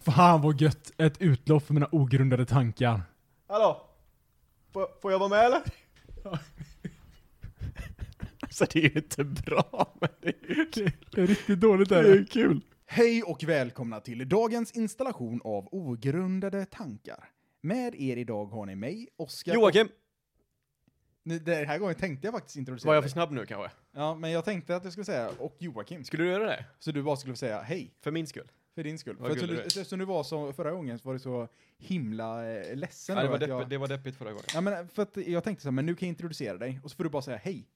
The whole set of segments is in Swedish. Fan vad gött. Ett utlopp för mina ogrundade tankar. Hallå? Får, får jag vara med eller? Alltså det är ju inte bra, men det är ju kul. Det är riktigt dåligt Det är ju kul. Hej och välkomna till dagens installation av ogrundade tankar. Med er idag har ni mig, Oskar... Joakim, Nu, Den här gången tänkte jag faktiskt introducera var jag för dig. snabb nu kanske? Ja, men jag tänkte att jag skulle säga och Joakim. Skulle du göra det? Så du bara skulle säga hej, För min skull? för din skull. Vad För att gullig du, du är. eftersom du var så, förra gången så var du så himla eh, ledsen. Ja, det, över var att deppigt, jag, det var deppigt förra gången. Ja, men eh, för att jag tänkte så här, men nu kan jag introducera dig. Och så får du bara säga hej.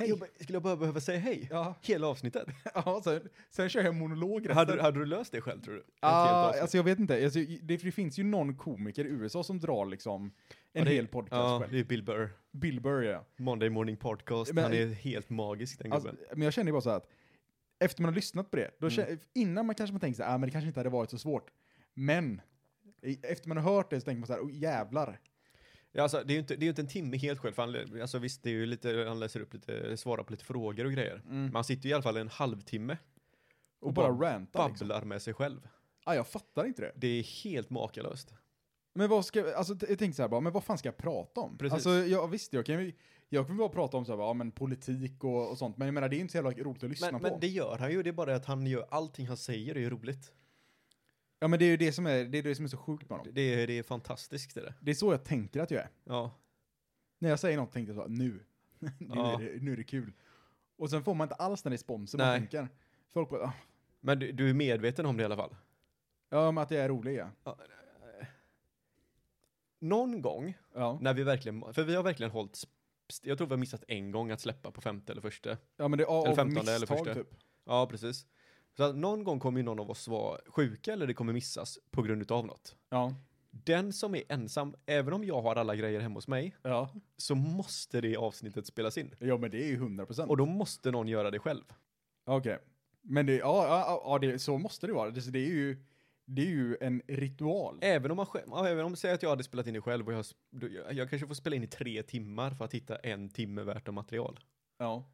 Hej. skulle jag bara behöva säga hej? Ja, Hela avsnittet? ja sen, sen kör jag monolog resten. Hade, du- hade du löst det själv tror du? Ett helt Ja, avsnitt. alltså jag vet inte. Alltså, det, det finns ju någon komiker i USA som drar liksom en Ja, det- hel podcast ja, själv. det är Bill Burr. Bill Burr, ja. Monday Morning Podcast. Men- Han är helt magisk den Alltså, gubben. men jag känner ju bara så här att efter man har lyssnat på det, då Mm. känner, innan man kanske man tänker så här, ah, men det kanske inte hade varit så svårt. Men i- efter man har hört det så tänker man så här, oh, jävlar. Ja, alltså, det är ju inte, det är ju inte en timme helt själv. För han, lä- alltså, visst, det är ju lite, han läser upp lite, svarar på lite frågor och grejer. Men han sitter ju i alla fall en halvtimme Och, bara, rantar babblar liksom. med sig själv. Ah, jag fattar inte det. Det är helt makalöst. Men vad ska, alltså t- jag tänkte så här bara, men vad fan ska jag prata om? Precis. Alltså jag, visst, jag kan ju, jag kommer bara prata om så här, bara, ja men politik och, och sånt, men jag menar det är inte så jävla roligt att lyssna Men, på. men det gör han ju, det är bara att han gör allting han säger är ju roligt. Ja men det är ju det som är, det är det som är så sjukt med honom. Det- Det är, det är fantastiskt det där. Det är så jag tänker att jag är. Ja. När jag säger något tänker jag så, nu. nu, Ja. är det, nu är det kul. Och sen får man inte alls den responsen man Nej. tänker. Folk bara, "Ah, Men du, du är medveten om det i alla fall? ja men att jag är rolig ja. Någon gång Ja, när vi verkligen, för vi har verkligen hållit, sp- st- jag tror vi har missat en gång att släppa på femte eller första. ja men det är av Eller av 15 eller misstag första. typ. Ja, precis. Så att någon gång kommer ju någon av oss vara sjuka eller det kommer missas på grund utav något. Ja. Den som är ensam, även om jag har alla grejer hemma hos mig, ja. så måste det avsnittet spelas in. Ja men det är ju 100 procent. Och då måste någon göra det själv. Okej. Men det, ja, ja, ja, ja det, så måste det vara. Det, det, är ju, det är ju en ritual. Även om man själv, ja, även om säg att jag hade spelat in det själv och jag, sp- då- jag, jag kanske får spela in i tre timmar för att hitta en timme värt av material. Ja.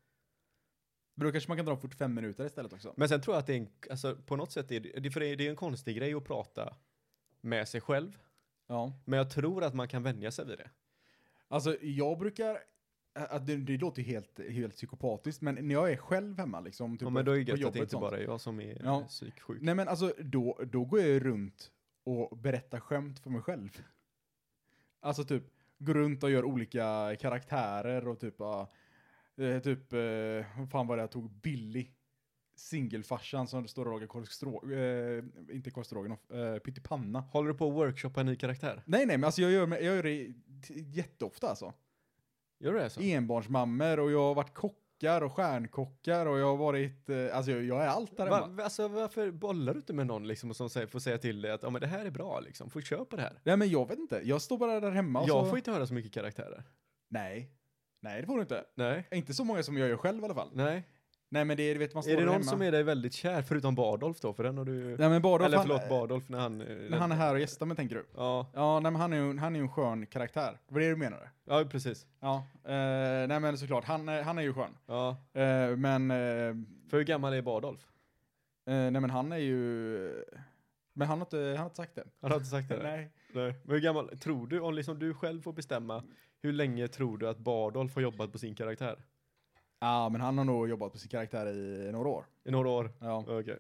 Men då kanske man kan dra 45 minuter istället också. Men sen tror jag att det är en, alltså på något sätt är det, för det är det är en konstig grej att prata med sig själv. Ja. Men jag tror att man kan vänja sig vid det. Alltså jag brukar, ä- att det, det låter ju helt, helt psykopatiskt, men när jag är själv hemma liksom, typ ja, men då är det på gött att jobbet det inte sånt. bara är jag som är Ja. eh, psyksjuk. Nej men alltså då, då går jag ju runt och berättar skämt för mig själv. Alltså typ, går runt och gör olika karaktärer och typ, ja, eh, typ, eh, vad fan var det jag tog, Billy. Singelfarsan som står och lagar korvstrå... Eh, inte korvstroganoff, eh, pyttipanna. Håller du på att workshoppa en ny karaktär? Nej nej men alltså jag gör, jag gör det t- jätteofta alltså. Gör du det alltså? så? enbarnsmammor och jag har varit kockar och stjärnkockar och jag har varit, eh, alltså jag, jag är allt där Va, hemma. alltså varför bollar du inte med någon liksom som säger, får säga till dig att ja, men det här är bra liksom, får köpa det här. Nej men jag vet inte, jag står bara där hemma och jag så... får inte höra så mycket karaktärer. Nej. Nej det får du inte. Nej. Inte så många som jag gör själv i alla fall. Nej. Nej men det är, du vet man står Är det där någon hemma. som är dig väldigt kär, förutom Bardolf då? För den har du... Nej men Bardolf, Eller han, förlåt, Bardolf när han... eh, när han är här och gästar mig tänker du? Ja, Ja, nej men han är ju, han är ju en skön karaktär. Vad är det du menade? ja precis. Ja, eh, nej men såklart, han, eh, han är ju skön. Ja. Eh, men, eh, För hur gammal är Bardolf? eh, nej men han är ju, men han har inte, han har inte sagt det. Har du inte sagt det? Nej. Nej. Men hur gammal, tror du, om liksom du själv får bestämma, hur länge tror du att Bardolf har jobbat på sin karaktär? Ja, men han har nog jobbat på sin karaktär i några år. I några år? Ja. Okej.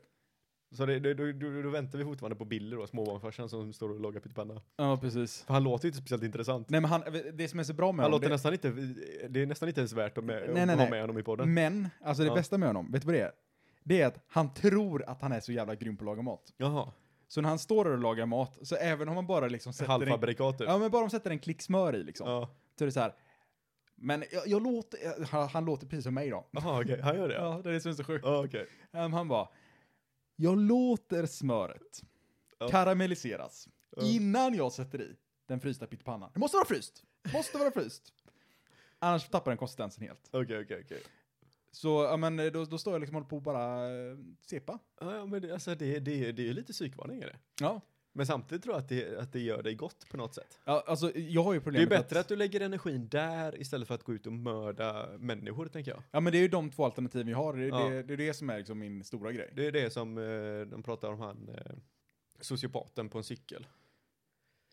Så det, det, då, då, då väntar vi fortfarande på Billy då, småbarnsfarsan som står och lagar pyttipanna. Ja, precis. För han låter ju inte speciellt intressant. Nej, men han, det som är så bra med Han honom, låter det, nästan inte, det är nästan inte ens värt att, med, Nej, att nej, ha nej. med honom i podden. men, alltså det Ja. bästa med honom, vet du vad det är? Det är att han tror att han är så jävla grym på att laga mat. Jaha, Så när han står där och lagar mat, så även om man bara liksom sätter en... halvfabrikat typ. Ja, men bara om man sätter en klick smör i liksom. Ja. Så är det så här. Men jag, jag låter, han, han låter precis som mig då. Jaha, okej, han gör det ja. Ja, det är det som är så sjukt. Ja, okej. Ehm, han bara, jag låter smöret Ja. karamelliseras Ja. innan jag sätter i den frysta pyttipannan. Det måste vara fryst! Måste vara fryst! Annars tappar den konsistensen helt. Okej, okej, okej. Så ja, men, eh, då, då står jag liksom och håller på och bara eh, sepa. Ja, ja, men det, alltså det, det, det är ju lite psykvarning är det. Ja. Men samtidigt tror jag att det, att det gör dig gott på något sätt. ja. Alltså, jag Det har ju är ju problemet bättre att du lägger energin där istället för att gå ut och mörda människor, tänker jag. Ja, men det är ju de två alternativen jag har. Det, Ja. det, det är det som är liksom min stora grej. Det är det som eh, de pratar om han, eh, sociopaten på en cykel.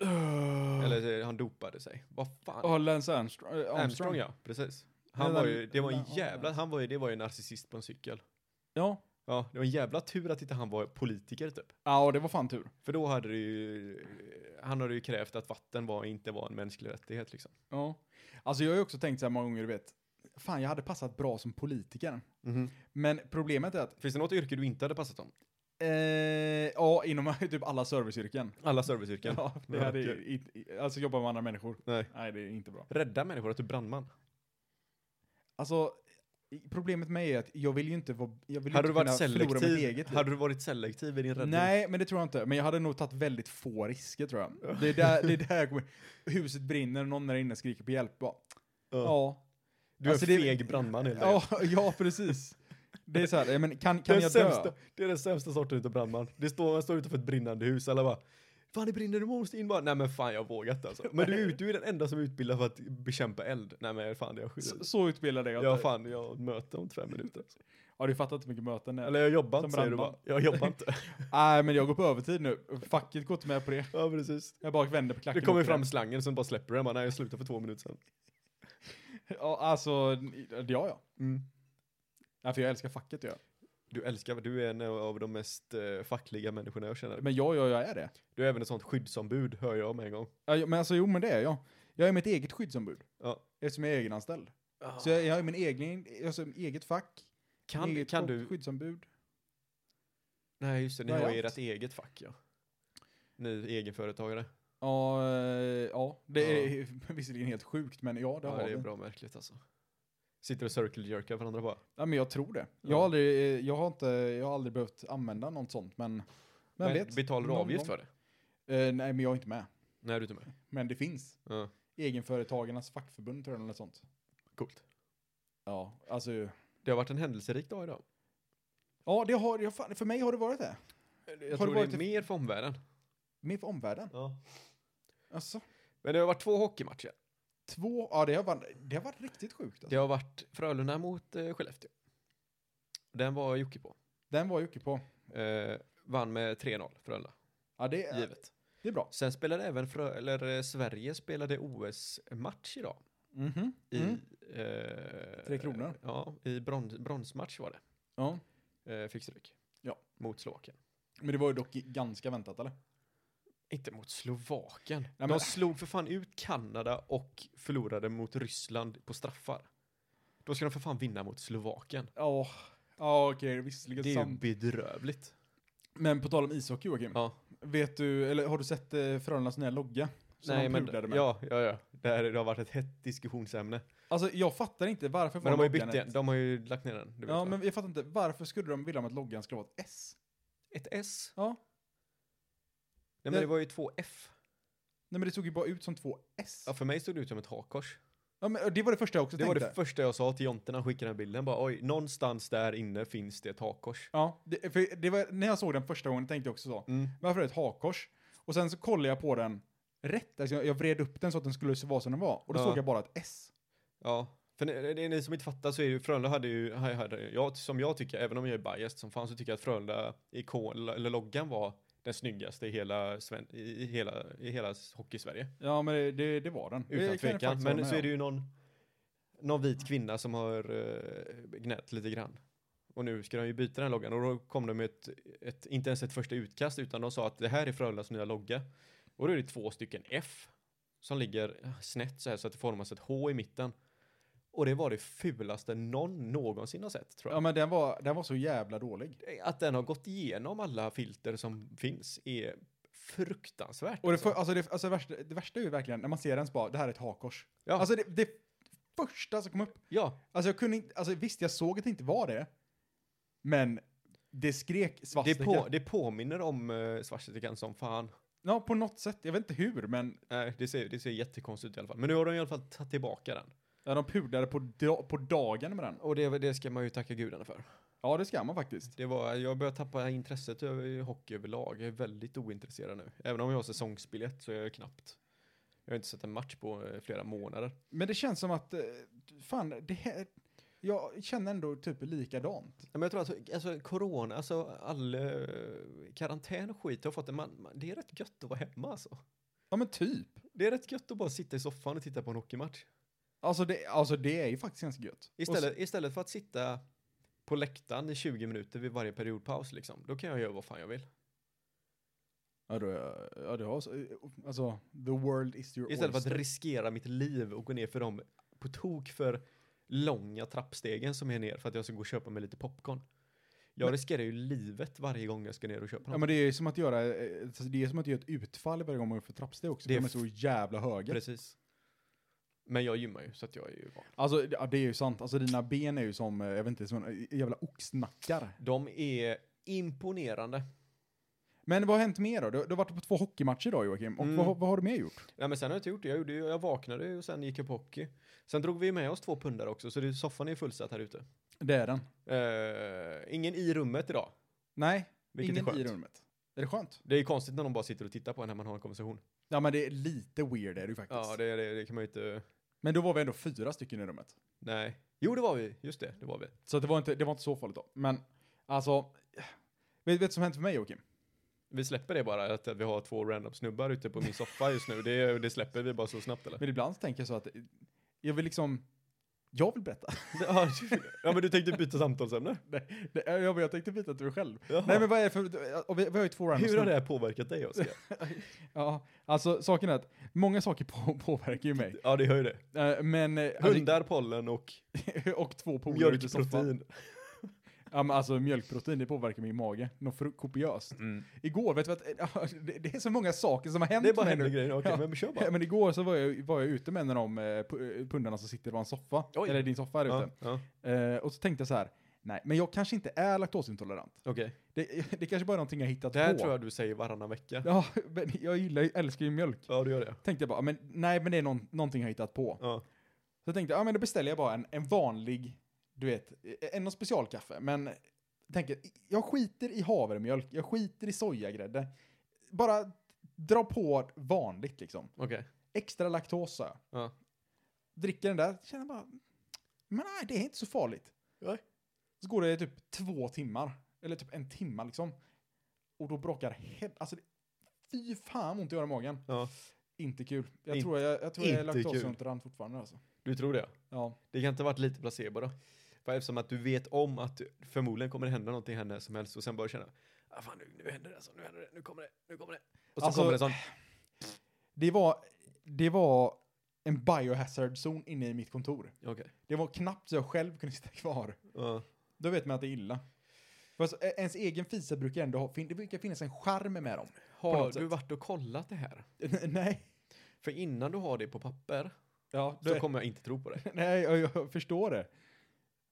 Öh. Eller eh, han dopade sig. Vad fan? Ja, Lance Armstrong. eh, Armstrong. Armstrong ja, precis. Han Nej, var den- ju, det var en den- jävla, han var ju, det var ju en narcissist på en cykel. ja. Ja, det var en jävla tur att inte han var politiker typ. Ja, och det var fan tur. För då hade det ju, eh, han hade ju krävt att vatten var, inte var en mänsklig rättighet liksom. Ja. Alltså jag har ju också tänkt så här många gånger, du vet. Fan, jag hade passat bra som politiker. Men problemet är att, Finns det något yrke du inte hade passat om? eh, ja, inom typ alla serviceyrken. Alla serviceyrken? Ja, det Ja, hade, okej. i, i, alltså jobba med andra människor. Nej. Nej, det är inte bra. Rädda människor, att du är brandman. Alltså, i- problemet med är att jag vill ju inte vara, jag vill ju Hade inte du varit kunna förlora mitt selektiv? eget liv. Hade du varit selektiv i din räddning? Nej, men det tror jag inte. Men jag hade nog tagit väldigt få risker tror jag. Det är där, det är där jag kommer, huset brinner, någon där inne skriker på hjälp. Bara, Ja. ja. Du är Alltså, det- en feg brandman helt Ja, ja, precis. Det är så här, ja, men kan, kan den jag sämsta, dö? Det är den sämsta sorten utav brandman. Det står, man står utanför ett brinnande hus, alla bara Fan det brinner, du måste in bara. Nej men fan jag har vågat alltså. Men du, är ut- du är den enda som är utbildad för att bekämpa eld. Nej men fan det är jag Så, skit. så utbildad är jag Jag inte. fan, jag möter om fem minuter. Alltså. Har du fattat hur mycket möten det är? Eller jag jobbar Som inte säger du bara. brandman. Jag jobbar inte. Nej, men jag går på övertid nu. Facket går inte med på det. ja precis. Jag bara vänder på Det klacken. kommer och- fram slangen som bara släpper den. Bara, Nej jag slutade för två minuter sedan. Ja, alltså, ja, ja. ja. För jag älskar facket, jag. Du älskar, du är en av de mest eh, fackliga människorna jag känner. Men ja, ja, jag är det. Du är även ett sånt skyddsombud, hör jag med en gång. Ja, ja, Men alltså, jo, men det är jag. Jag är mitt eget skyddsombud. Ja. Eftersom jag är egenanställd. Så jag, jag är min egen, alltså eget fack, min kan, eget kan folk- du, skyddsombud. nej just det, ni Vad är har ju allt? ert eget fack ja. Ni egenföretagare. Ja, eh, ja, det Ja. är visserligen helt sjukt, men ja, det Ja, har det är vi. bra märkligt alltså. Sitter och circle jerkar varandra bara. Ja, men jag tror det. Jag, Ja. har aldrig, eh, jag, har inte, jag har aldrig behövt använda något sånt, men vem Men vet? betalar du Någon avgift gång. för det? Eh, nej, men jag är inte med. Nej, du är inte med. Men det finns. Ja, Egenföretagarnas fackförbund tror jag, eller något sånt. coolt. Ja, alltså. Det har varit en händelserik dag idag. Ja, det har, jag, fan, för mig har det varit det. Jag Har tror det det är varit ett- mer för omvärlden. Mer för omvärlden. Alltså, Men det har varit två hockeymatcher. två, ja det har varit, det har varit riktigt sjukt. Det Alltså. har varit Frölunda mot eh, Skellefteå. Den var Jocke på. Den var Jocke på. Eh, vann med 3-0, Frölunda. Ja, det, är- Givet. det är bra. Sen spelade även Frö- eller, eh, Sverige spelade OS-match idag. Mhm. Mm-hmm. I, Mm. eh, Tre Kronor. Ja, i brons, bronsmatch var det. Ja. Eh, fick stryk. Ja. Mot Slovakien. Men det var ju dock ganska väntat, eller? Inte mot Slovakien. men- De slog för fan ut Kanada och förlorade mot Ryssland på straffar. Då ska de för fan vinna mot Slovakien. Ja, ja okej, visserligen Det är ju sant. bedrövligt. Men på tal om ishockey, Joakim. Ja. Vet du, eller har du sett eh, Frölundas nya logga? Som Nej, de men, pudrade med. ja, ja, ja. Det, här, det har varit ett hett diskussionsämne. Alltså, jag fattar inte varför Men de har ju bytt loggan den. ett- De har ju lagt ner den. Du vet Ja, va? men jag fattar inte. Varför skulle de vilja att loggan skulle vara ett S? Ett S? Ja. Nej, Det- men det var ju två F. Nej, men det såg ju bara ut som två S. Ja, för mig såg det ut som ett hakkors. Ja, men det var det första jag också Det var tänkte. det första jag sa till Jonte när han skickade den här bilden. Bara, Oj, någonstans där inne finns det ett hakkors. Ja, det, för det var, när jag såg den första gången tänkte jag också så. Mm. Varför är det ett hakkors? Och sen så kollade jag på den rätt. Alltså jag, jag vred upp den så att den skulle se vara som den var. Och då Ja. såg jag bara ett S. Ja, för ni, ni, ni som inte fattar så är ju Frölunda hade ju, hade, hade, jag, som jag tycker, även om jag är biased som fan så tycker jag att Frölunda ikon, eller loggan var den snyggaste i hela, Sven, i, i hela, i hela hockeysverige. Ja, men det, det, det var den. Det Eh, kan Utan jag tvekan. faktiskt hålla Men med så är om. det ju någon, någon vit kvinna som har uh, gnällt lite grann. Och nu ska de ju byta den här loggan och då kom de med ett, ett, inte ens ett första utkast utan de sa att det här är Frölundas nya logga. Och då är det två stycken F som ligger eh, snett så här så att det formas ett H i mitten. Och det var det fulaste någon någonsin har sett tror Ja, jag. men den var, den var så jävla dålig. Att den har gått igenom alla filter som finns är fruktansvärt. Och det, alltså. för, alltså det, alltså det, värsta, det värsta är ju verkligen när man ser den så bara, det här är ett hakkors. Ja. Alltså det, det första som kom upp. ja, Alltså jag kunde inte, alltså visst jag såg att det inte var det. Men det skrek det, svastika. på, det påminner om uh, svastikan som fan. Ja, på något sätt. Jag vet inte hur, men Nej, det ser, det ser jättekonstigt ut i alla fall. Men nu har de i alla fall tagit tillbaka den. ja, de pudrade på, da- på dagen med den. Och det, det ska man ju tacka gudarna för. Ja, det ska man faktiskt. Det var, jag börjar tappa intresset över hockey överlag. Jag är väldigt ointresserad nu. Även om jag har säsongsbiljett så är jag knappt... Jag har inte sett en match på eh, flera månader. Men det känns som att, eh, fan, det här, Jag känner ändå typ likadant. Ja, Men jag tror att alltså, corona, alltså all eh, karantän och skit har fått en man, man, det är rätt gött att vara hemma alltså. Ja men typ. Det är rätt gött att bara sitta i soffan och titta på en hockeymatch. Alltså det, alltså det är ju faktiskt ganska gött. Och Istället, istället för att sitta på läktaren i 20 minuter vid varje periodpaus liksom, då kan jag göra vad fan jag vill. Ja, då, ja det har så- alltså, the world is your Istället för att oyster. riskera mitt liv och gå ner för de på tok för långa trappstegen som är ner för att jag ska gå och köpa mig lite popcorn. Jag Men- riskerar ju livet varje gång jag ska ner och köpa något. Ja men det är ju som att göra, eh, alltså, det är som att göra ett utfall varje gång man går för trappsteg också. Det Det är är så jävla höga. Precis. Men jag gymmar ju så att jag är ju van. Alltså ja, det är ju sant, alltså dina ben är ju som, eh, jag vet inte, som en- jävla oxnackar. De är imponerande. Men vad har hänt mer då? Du, du har varit på två hockeymatcher idag Joakim, och Mm. vad, vad har du mer gjort? Nej men sen har jag inte gjort det. Jag, gjorde, ju- jag vaknade ju och sen gick jag på hockey. Sen drog vi med oss två pundare också så det, soffan är fullsatt här ute. Det är den. Eh, ingen i rummet idag. Nej, Vilket ingen är skönt. i rummet. Är det skönt? Det är ju konstigt när de bara sitter och tittar på en när man har en konversation. Ja men det är lite weird är det ju faktiskt. Ja det, det, det kan man ju inte. Men då var vi ändå fyra stycken i rummet. Nej. Jo det var vi. Just det, det var vi. Så det var inte, det var inte så farligt då. Men alltså, vet vet du vad som hänt för mig Joakim? Vi släpper det bara att, att vi har två random snubbar ute på min soffa just nu. Det, det släpper vi bara så snabbt eller? Men ibland så tänker jag så att eh, jag vill liksom, jag vill berätta. Ja, du- ja men du tänkte byta samtalsämne? Nej, det- jag, jag tänkte byta till mig själv. Jaha. Nej men vad är det för, och vi, vi har ju två random Hur har snubbar. det här påverkat dig Oskar? Ja, alltså saken är att många saker på, påverkar ju mig. Ja det gör ju det. Eh, Men... eh, alltså- Hundar, pollen och och två polare ute i soffan. mjölkprotein. Mm. Ja men alltså mjölkprotein, det påverkar min mage. Något fru- kopiöst. Igår, vet du vad? eh, det- Det är så många saker som har hänt Det är bara mig nu. händer grejer, okej Ja. men kör bara. Ja, men igår så var jag, var jag ute med en av de eh, pu- eh, pundarna som sitter på en soffa. Oj. Eller din soffa här Ja, ute. ja. Eh, och så tänkte jag så här, nej men jag kanske inte är laktosintolerant. Okej, Det, det kanske bara är någonting jag hittat det här på. tror jag du säger varannan vecka. Ja, Ja, men jag gillar ju, älskar ju mjölk. du gör det. Tänkte jag bara, men nej men det är någon, någonting jag hittat på. Ja. Så tänkte jag, ja men då beställer jag bara en, en vanlig, du vet, e, en någon specialkaffe. Men tänker, jag skiter i havremjölk, jag skiter i sojagrädde. Bara dra på vanligt liksom. Okej, Extra laktos sa jag. Ja. Dricker den där, känner bara, men nej det är inte så farligt. Nej. Så går det typ två timmar, eller typ en timma liksom. Och då brakar head, alltså det, fy fan ont det gör i magen. ja. Inte kul. Jag Inte- tror jag, jag, tror jag är inte kul. laktosintolerant fortfarande alltså. du tror det? Ja. Det kan inte ha varit lite placebo då? För eftersom att du vet om att du- förmodligen kommer det hända någonting här när som helst och sen bara känna ah, fan, nu, nu händer det alltså, nu händer det, nu kommer det, nu kommer det. Och så Alltså- kommer det sån, Det var, det var en biohazard-zon inne i mitt kontor. okej. Det var knappt så jag själv kunde sitta kvar. Ja. Då vet man att det är illa. Fast eh, ens egen fisa brukar ändå ha, fin- det brukar finnas en charm med dem. Har du något sätt. varit och kollat det här? nej. För innan du har det på papper Ja, så då, kommer jag inte tro på dig. nej jag, jag förstår det.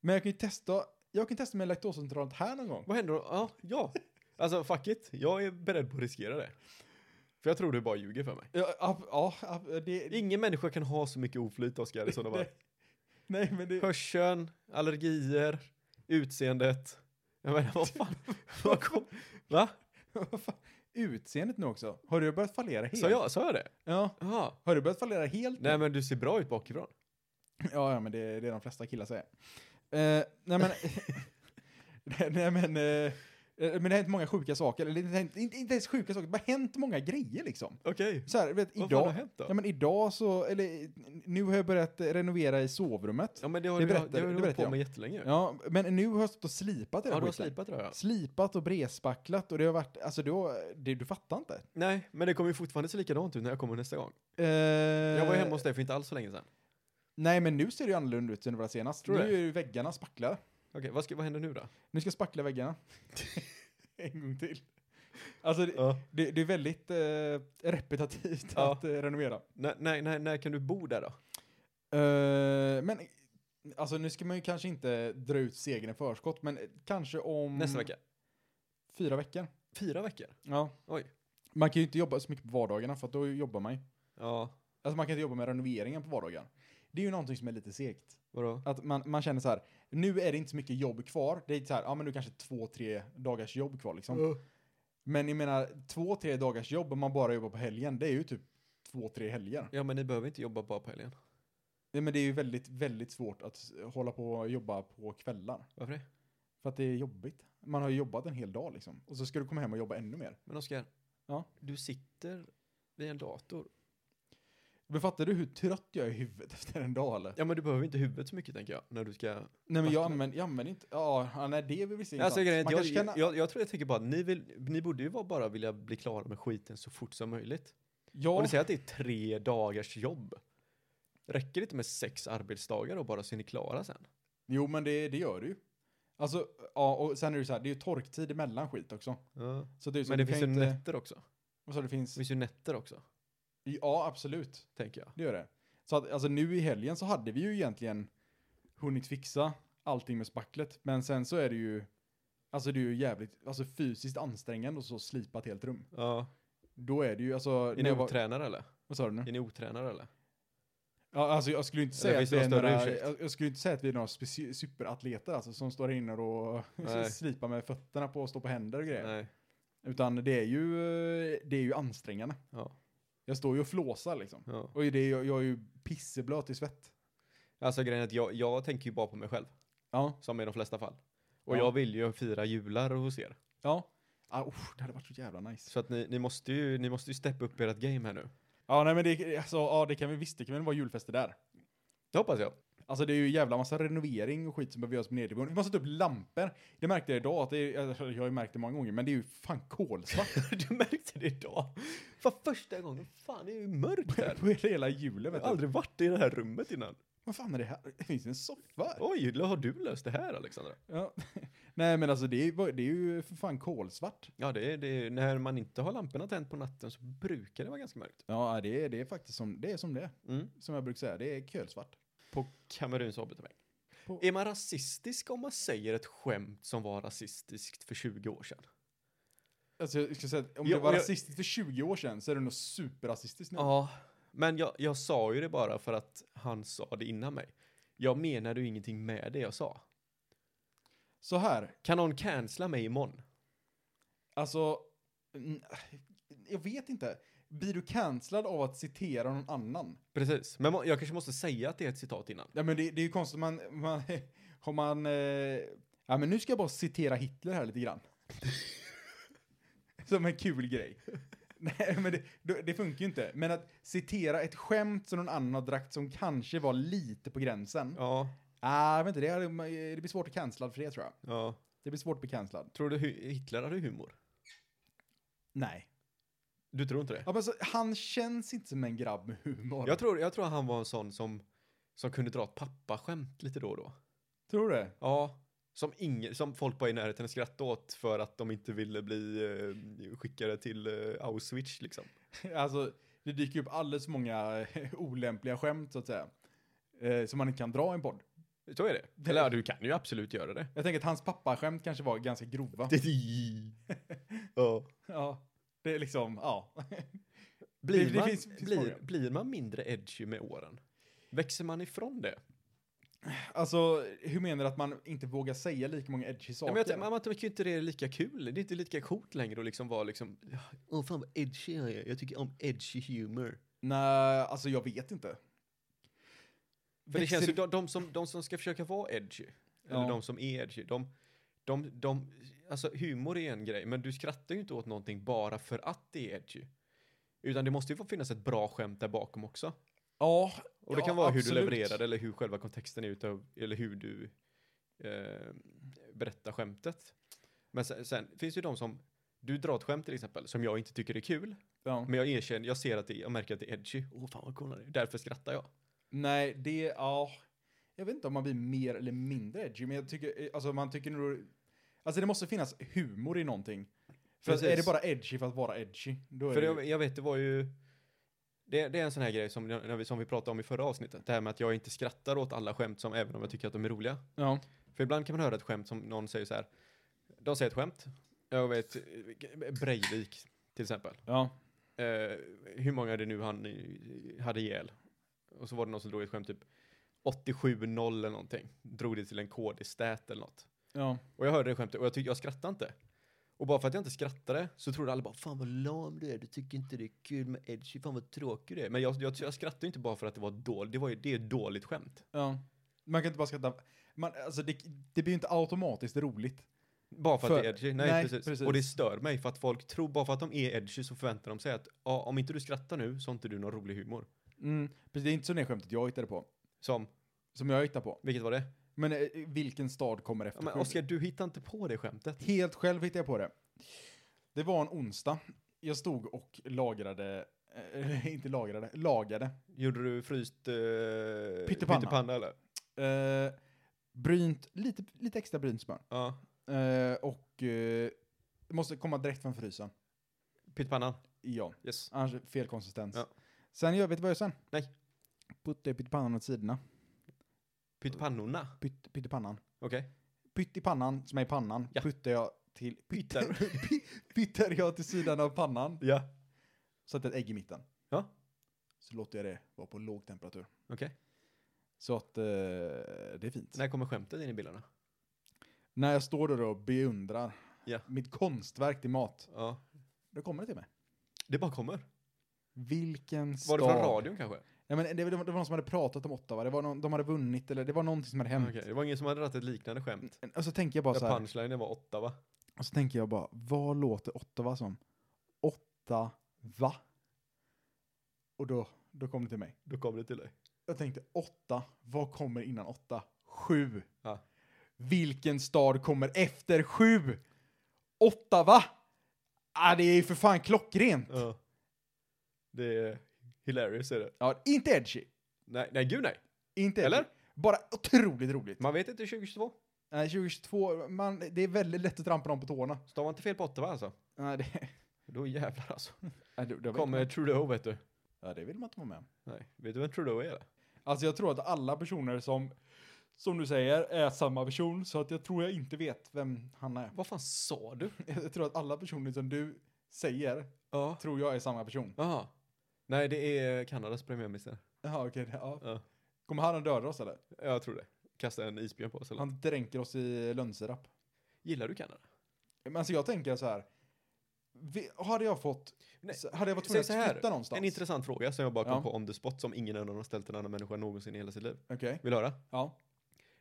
Men jag kan ju testa, jag kan testa med laktosintolerant här någon gång. Vad händer då? Ja, ja. Alltså fuck it, jag är beredd på att riskera det. För jag tror du bara ljuger för mig. Ja, ja, ja, ja, det... Ingen människa kan ha så mycket oflyt, Oskar, i sådana fall. Nej, men det... Hörseln, allergier, utseendet. Jag menar, vad fan? vad kom? Va? vad fan? Utseendet nu också. Har du börjat fallera helt? Sa jag, sa jag det? Ja. Jaha. Har du börjat fallera helt? Nej, men du ser bra ut bakifrån. Ja, ja men det, det är de flesta killar säger. Eh, nej men... nej men... eh, eh, men det har hänt många sjuka saker. Eller det har hänt, inte, inte ens sjuka saker, det har bara hänt många grejer liksom. Okej. Så här, vet, Vad fan har idag... hänt då? Ja men idag så, eller eh, nu har jag börjat eh, renovera i sovrummet. Ja, men det har det du berättar- det har du det hållit berättar på jag. med jättelänge. Ja, Ja, men nu har jag stått och slipat i ja den du har skiten. slipat det ja. Slipat och bredspacklat och det har varit, alltså då, det, du fattar inte. Nej, men det kommer ju fortfarande se likadant ut när jag kommer nästa gång. Jag var ju hemma hos dig för inte alls så länge sedan. Eh, Nej men nu ser det ju annorlunda ut än det var senast. Tror nu du är det? ju väggarna spacklade. Okej, vad, ska, vad händer nu då? Nu ska jag spackla väggarna. en gång till. Alltså det, Ja. det, det är väldigt eh, repetitivt Ja. att eh, renovera. När, när, när, när kan du bo där då? Eh, men alltså nu ska man ju kanske inte dra ut segern i förskott men eh, kanske om Nästa vecka? fyra veckor. Fyra veckor? Ja. Oj. Man kan ju inte jobba så mycket på vardagarna för att då jobbar man ju. Ja, Alltså man kan inte jobba med renoveringen på vardagar. Det är ju någonting som är lite segt. vadå? Att man, man känner så här, nu är det inte så mycket jobb kvar. Det är så här, ja men nu kanske två, tre dagars jobb kvar liksom. Uh. Men jag menar, två, tre dagars jobb om man bara jobbar på helgen, det är ju typ två, tre helger. Ja, men ni behöver inte jobba bara på helgen. Nej, men det är ju väldigt, väldigt svårt att s- hålla på och jobba på kvällar. Varför det? För att det är jobbigt. Man har ju jobbat en hel dag liksom. Och så ska du komma hem och jobba ännu mer. Men Oskar, Ja. du sitter vid en dator. Men fattar du hur trött jag är i huvudet efter en dag eller? Ja, men du behöver inte huvudet så mycket tänker jag, när du ska... Nej men jag Verkligen. använder, jag använder inte, ja, ja, nej det är väl visserligen Alltså, sant. grejen, är Man att jag, kanske kan, jag, jag, jag tror jag tänker bara att ni, vill, ni borde ju vara- bara vilja bli klara med skiten så fort som möjligt. Om ja, du säger att det är tre dagars jobb, räcker det inte med sex arbetsdagar och bara så är ni klara sen? jo men det, det gör du ju. Alltså, ja och sen är det ju så här, det är ju torktid emellan skit också. Så det är ju så, Men du det kan finns ju inte, nätter också. vad sa du, det Det finns, finns ju nätter också, ja absolut, tänker jag. det gör det. Så att, alltså nu i helgen så hade vi ju egentligen hunnit fixa allting med spacklet. Men sen så är det ju, alltså det är ju jävligt, alltså fysiskt ansträngande och så slipa ett helt rum. Ja. Då är det ju, alltså, Är när ni jag var- otränare eller? vad sa du nu? Är ni otränare eller? Ja, alltså jag skulle inte Eller säga att finns det vi är någon större några, ursäkt? jag, jag skulle inte säga att vi är några speci- superatleter alltså, som står här inne och Nej. slipar med fötterna på och står på händer och grejer. Nej. Utan det är ju, eh, det är ju ansträngande. Ja. Jag står ju och flåsar liksom. ja. Och det, jag, jag är ju pisseblöt i svett. Alltså grejen är att jag, jag tänker ju bara på mig själv, Ja. som i de flesta fall. Och Ja. jag vill ju fira jular hos er. Ja. Ah, usch, det hade varit så jävla nice. Så att ni, ni måste ju, ni måste ju steppa upp ert game här nu. Ja, nej men det, alltså, ja, det kan vi visst, det kan väl vara julfester där. Det hoppas jag. Alltså det är ju jävla massa renovering och skit som behöver göras på nedervåningen. Vi måste sätta upp lampor. Det märkte jag idag, att det är, alltså, jag har ju märkt det många gånger, men det är ju fan kolsvart. du märkte det idag. För första gången, fan det är ju mörkt här. på hela julen Jag vet har du. aldrig varit i det här rummet innan. Vad fan är det här? Det finns en soffa här. Oj, har du löst det här Alexandra? Ja. Nej men alltså det är, ju- det är ju för fan kolsvart. Ja, det är, det är, när man inte har lamporna tänt på natten så brukar det vara ganska mörkt. Ja det är, det är faktiskt som det är som det är. Mm. Som jag brukar säga, det är kölsvart. På Kameruns hbt-väg. På- Är man rasistisk om man säger ett skämt som var rasistiskt för 20 år sedan? Alltså jag skulle säga att om Ja, det var och jag- rasistiskt för 20 år sedan så är det nog superrasistiskt nu. Ja, men jag, jag sa ju det bara för att han sa det innan mig. Jag menade ju ingenting med det jag sa. Så här, Kan någon cancella mig imorgon? alltså. n- Jag vet inte. Blir du cancellad av att citera någon annan? Precis, men må- jag kanske måste säga att det är ett citat innan. Ja men det, det är ju konstigt, man, man, har man, eh, ja men nu ska jag bara citera Hitler här lite grann. Som en kul grej. Nej men det, då- det funkar ju inte. Men att citera ett skämt som någon annan har dragit som kanske var lite på gränsen. Ja. Ja, Ah, vänta, det, är, det blir svårt att cancella för det tror jag. ja. Det blir svårt att bli cancellad. Tror du hu- Hitler hade humor? Nej. Du tror inte det? Ja, men alltså, han känns inte som en grabb med humor. Jag tror, jag tror han var en sån som, som kunde dra ett pappaskämt lite då och då. tror det. Ja, som, ingen, som folk bara i närheten skrattade åt för att de inte ville bli eh, skickade till eh, Auschwitz liksom. Alltså, det dyker upp alldeles för många eh, olämpliga skämt så att säga. Eh, som man inte kan dra i en podd. Så är det. Eller ja, du kan ju absolut göra det. Jag tänker att hans pappaskämt kanske var ganska grova. ja. Ja, det är liksom, ja. Blir, Det- det man, finns- finns blir, många. blir man mindre edgy med åren? Växer man ifrån det? Alltså, hur menar du att man inte vågar säga lika många edgy Ja, saker? men jag, tänker- man man tycker inte det är lika kul. Det är inte lika coolt längre att liksom vara liksom... Åh fan vad edgy jag är. Jag tycker om edgy humor. Nej, alltså jag vet inte. För det Växer- känns ju, de, de, som, de som ska försöka vara edgy, eller Ja. de som är edgy, de, de, de... Alltså humor är en grej, men du skrattar ju inte åt någonting bara för att det är edgy. Utan det måste ju få finnas ett bra skämt där bakom också. Ja, Och det Ja, kan vara hur du absolut. levererar det, eller hur själva kontexten är utav, eller hur du eh, berättar skämtet. Men sen, sen finns det ju de som, du drar ett skämt till exempel som jag inte tycker är kul, ja. men jag erkänner, jag ser att det, jag märker att det är edgy. Åh fan vad cool han är. Därför skrattar jag. Nej, det, ja. Jag vet inte om man blir mer eller mindre edgy, men jag tycker, alltså man tycker nog, alltså det måste finnas humor i någonting. För Precis. är det bara edgy för att vara edgy, då är För det jag, jag vet, det var ju, det, det är en sån här grej som, när vi, som vi pratade om i förra avsnittet, det här med att jag inte skrattar åt alla skämt som, även om jag tycker att de är roliga. Ja. För ibland kan man höra ett skämt som någon säger så här. De säger ett skämt. Jag vet, eh, Breivik till exempel. Ja. Eh, hur många är det nu han eh, hade ihjäl? Och så var det någon som drog ett skämt typ 87-0 eller någonting. Drog det till en kod i stät eller något. Ja. Och jag hörde det skämtet och jag tyckte jag skrattade inte. Och bara för att jag inte skrattade så trodde alla bara fan vad lam du är, du tycker inte det är kul med Edgy, fan vad tråkig du är. Men jag, jag, jag skrattade ju inte bara för att det var dåligt, det, var ju, det är ett dåligt skämt. Ja. Man kan inte bara skratta. Man, alltså det, det blir ju inte automatiskt roligt. Bara för, För- att det är edgy? Nej, nej, precis. precis. Och det stör mig för att folk tror, bara för att de är edgy så förväntar de sig att ja, om inte du skrattar nu så har inte du någon rolig humor. Mm. Precis, det är inte så det skämtet jag hittade på. Som, Som jag hittade på. vilket var det? Men eh, vilken stad kommer Ja, efter men sju? Oskar, du hittar inte på det skämtet. Helt själv hittade jag på det. Det var en onsdag. Jag stod och lagrade, eh, inte lagrade, lagade. Gjorde du fryst eh, Pyttipanna. eller? Eh, brynt, lite, lite extra brynt smör. Ja, Eh, och eh, måste komma direkt från frysen. pyttipannan. Ja, Yes. annars fel konsistens. Ja. Sen gör, vet du vad jag gör sen? Nej. Putta pyttipannan åt sidorna. Pyttipannorna. Pytt, pyttipannan. Okej. Pytt i pannan, som är i pannan, Ja. puttar jag till... Pyttar. py- pyttar jag till sidan av pannan. Ja. Sätter ett ägg i mitten. Ja. Så låter jag det vara på låg temperatur. Okej. Så att eh, det är fint. När kommer skämtet in i bilderna? När jag står där och beundrar Ja. mitt konstverk till mat, Ja. då kommer det till mig. Det bara kommer. Vilken Var stad. det från radion kanske? Nej, men det, det var det var någon som hade pratat om Ottawa, det var någon, de hade vunnit eller det var någonting som hade hänt. Okej, Det var ingen som hade dragit ett liknande skämt. Och så tänker jag bara så Där här, punchlinen var åtta va? och så tänker jag bara, vad låter Ottawa som? Otta, va? Och då, då kom det till mig. Då kom det till dig. Jag tänkte åtta, vad kommer innan åtta? Sju. Ja. Vilken stad kommer efter sju? Åtta va? Ah, det är ju för fan klockrent. Ja. Det är hilarious är det. Ja, inte edgy. Nej, nej gud nej. Inte edgy. Eller? Bara otroligt roligt. Man vet inte 2022. Nej, 2022, man, det är väldigt lätt att trampa dem på tårna. Stavar inte fel på åtta va alltså? Nej, det, Då jävlar alltså. nej, det, det Kommer Trudeau vet du. Ja, det vill man inte vara med om. Nej, vet du vem Trudeau är? eller? Alltså jag tror att alla personer som, som du säger, är samma person. Så att jag tror jag inte vet vem han är. Vad fan sa du? Jag tror att alla personer som du säger Ja. tror jag är samma person. Jaha. Nej, det är Kanadas premiärminister. Jaha, okej. det- ja. Ja. Kommer han att döda oss eller? Jag tror det. Kasta en isbjörn på oss eller? Han dränker oss i lönnsirap. Gillar du Kanada? Men alltså jag tänker så här. Vi, hade jag fått... Nej, så- Hade jag varit Säg tvungen så att här. flytta någonstans? En intressant fråga som jag bara kom Ja. på on the spot som ingen annan har ställt en annan människa någonsin i hela sitt liv. Okej. Vill du höra? Ja.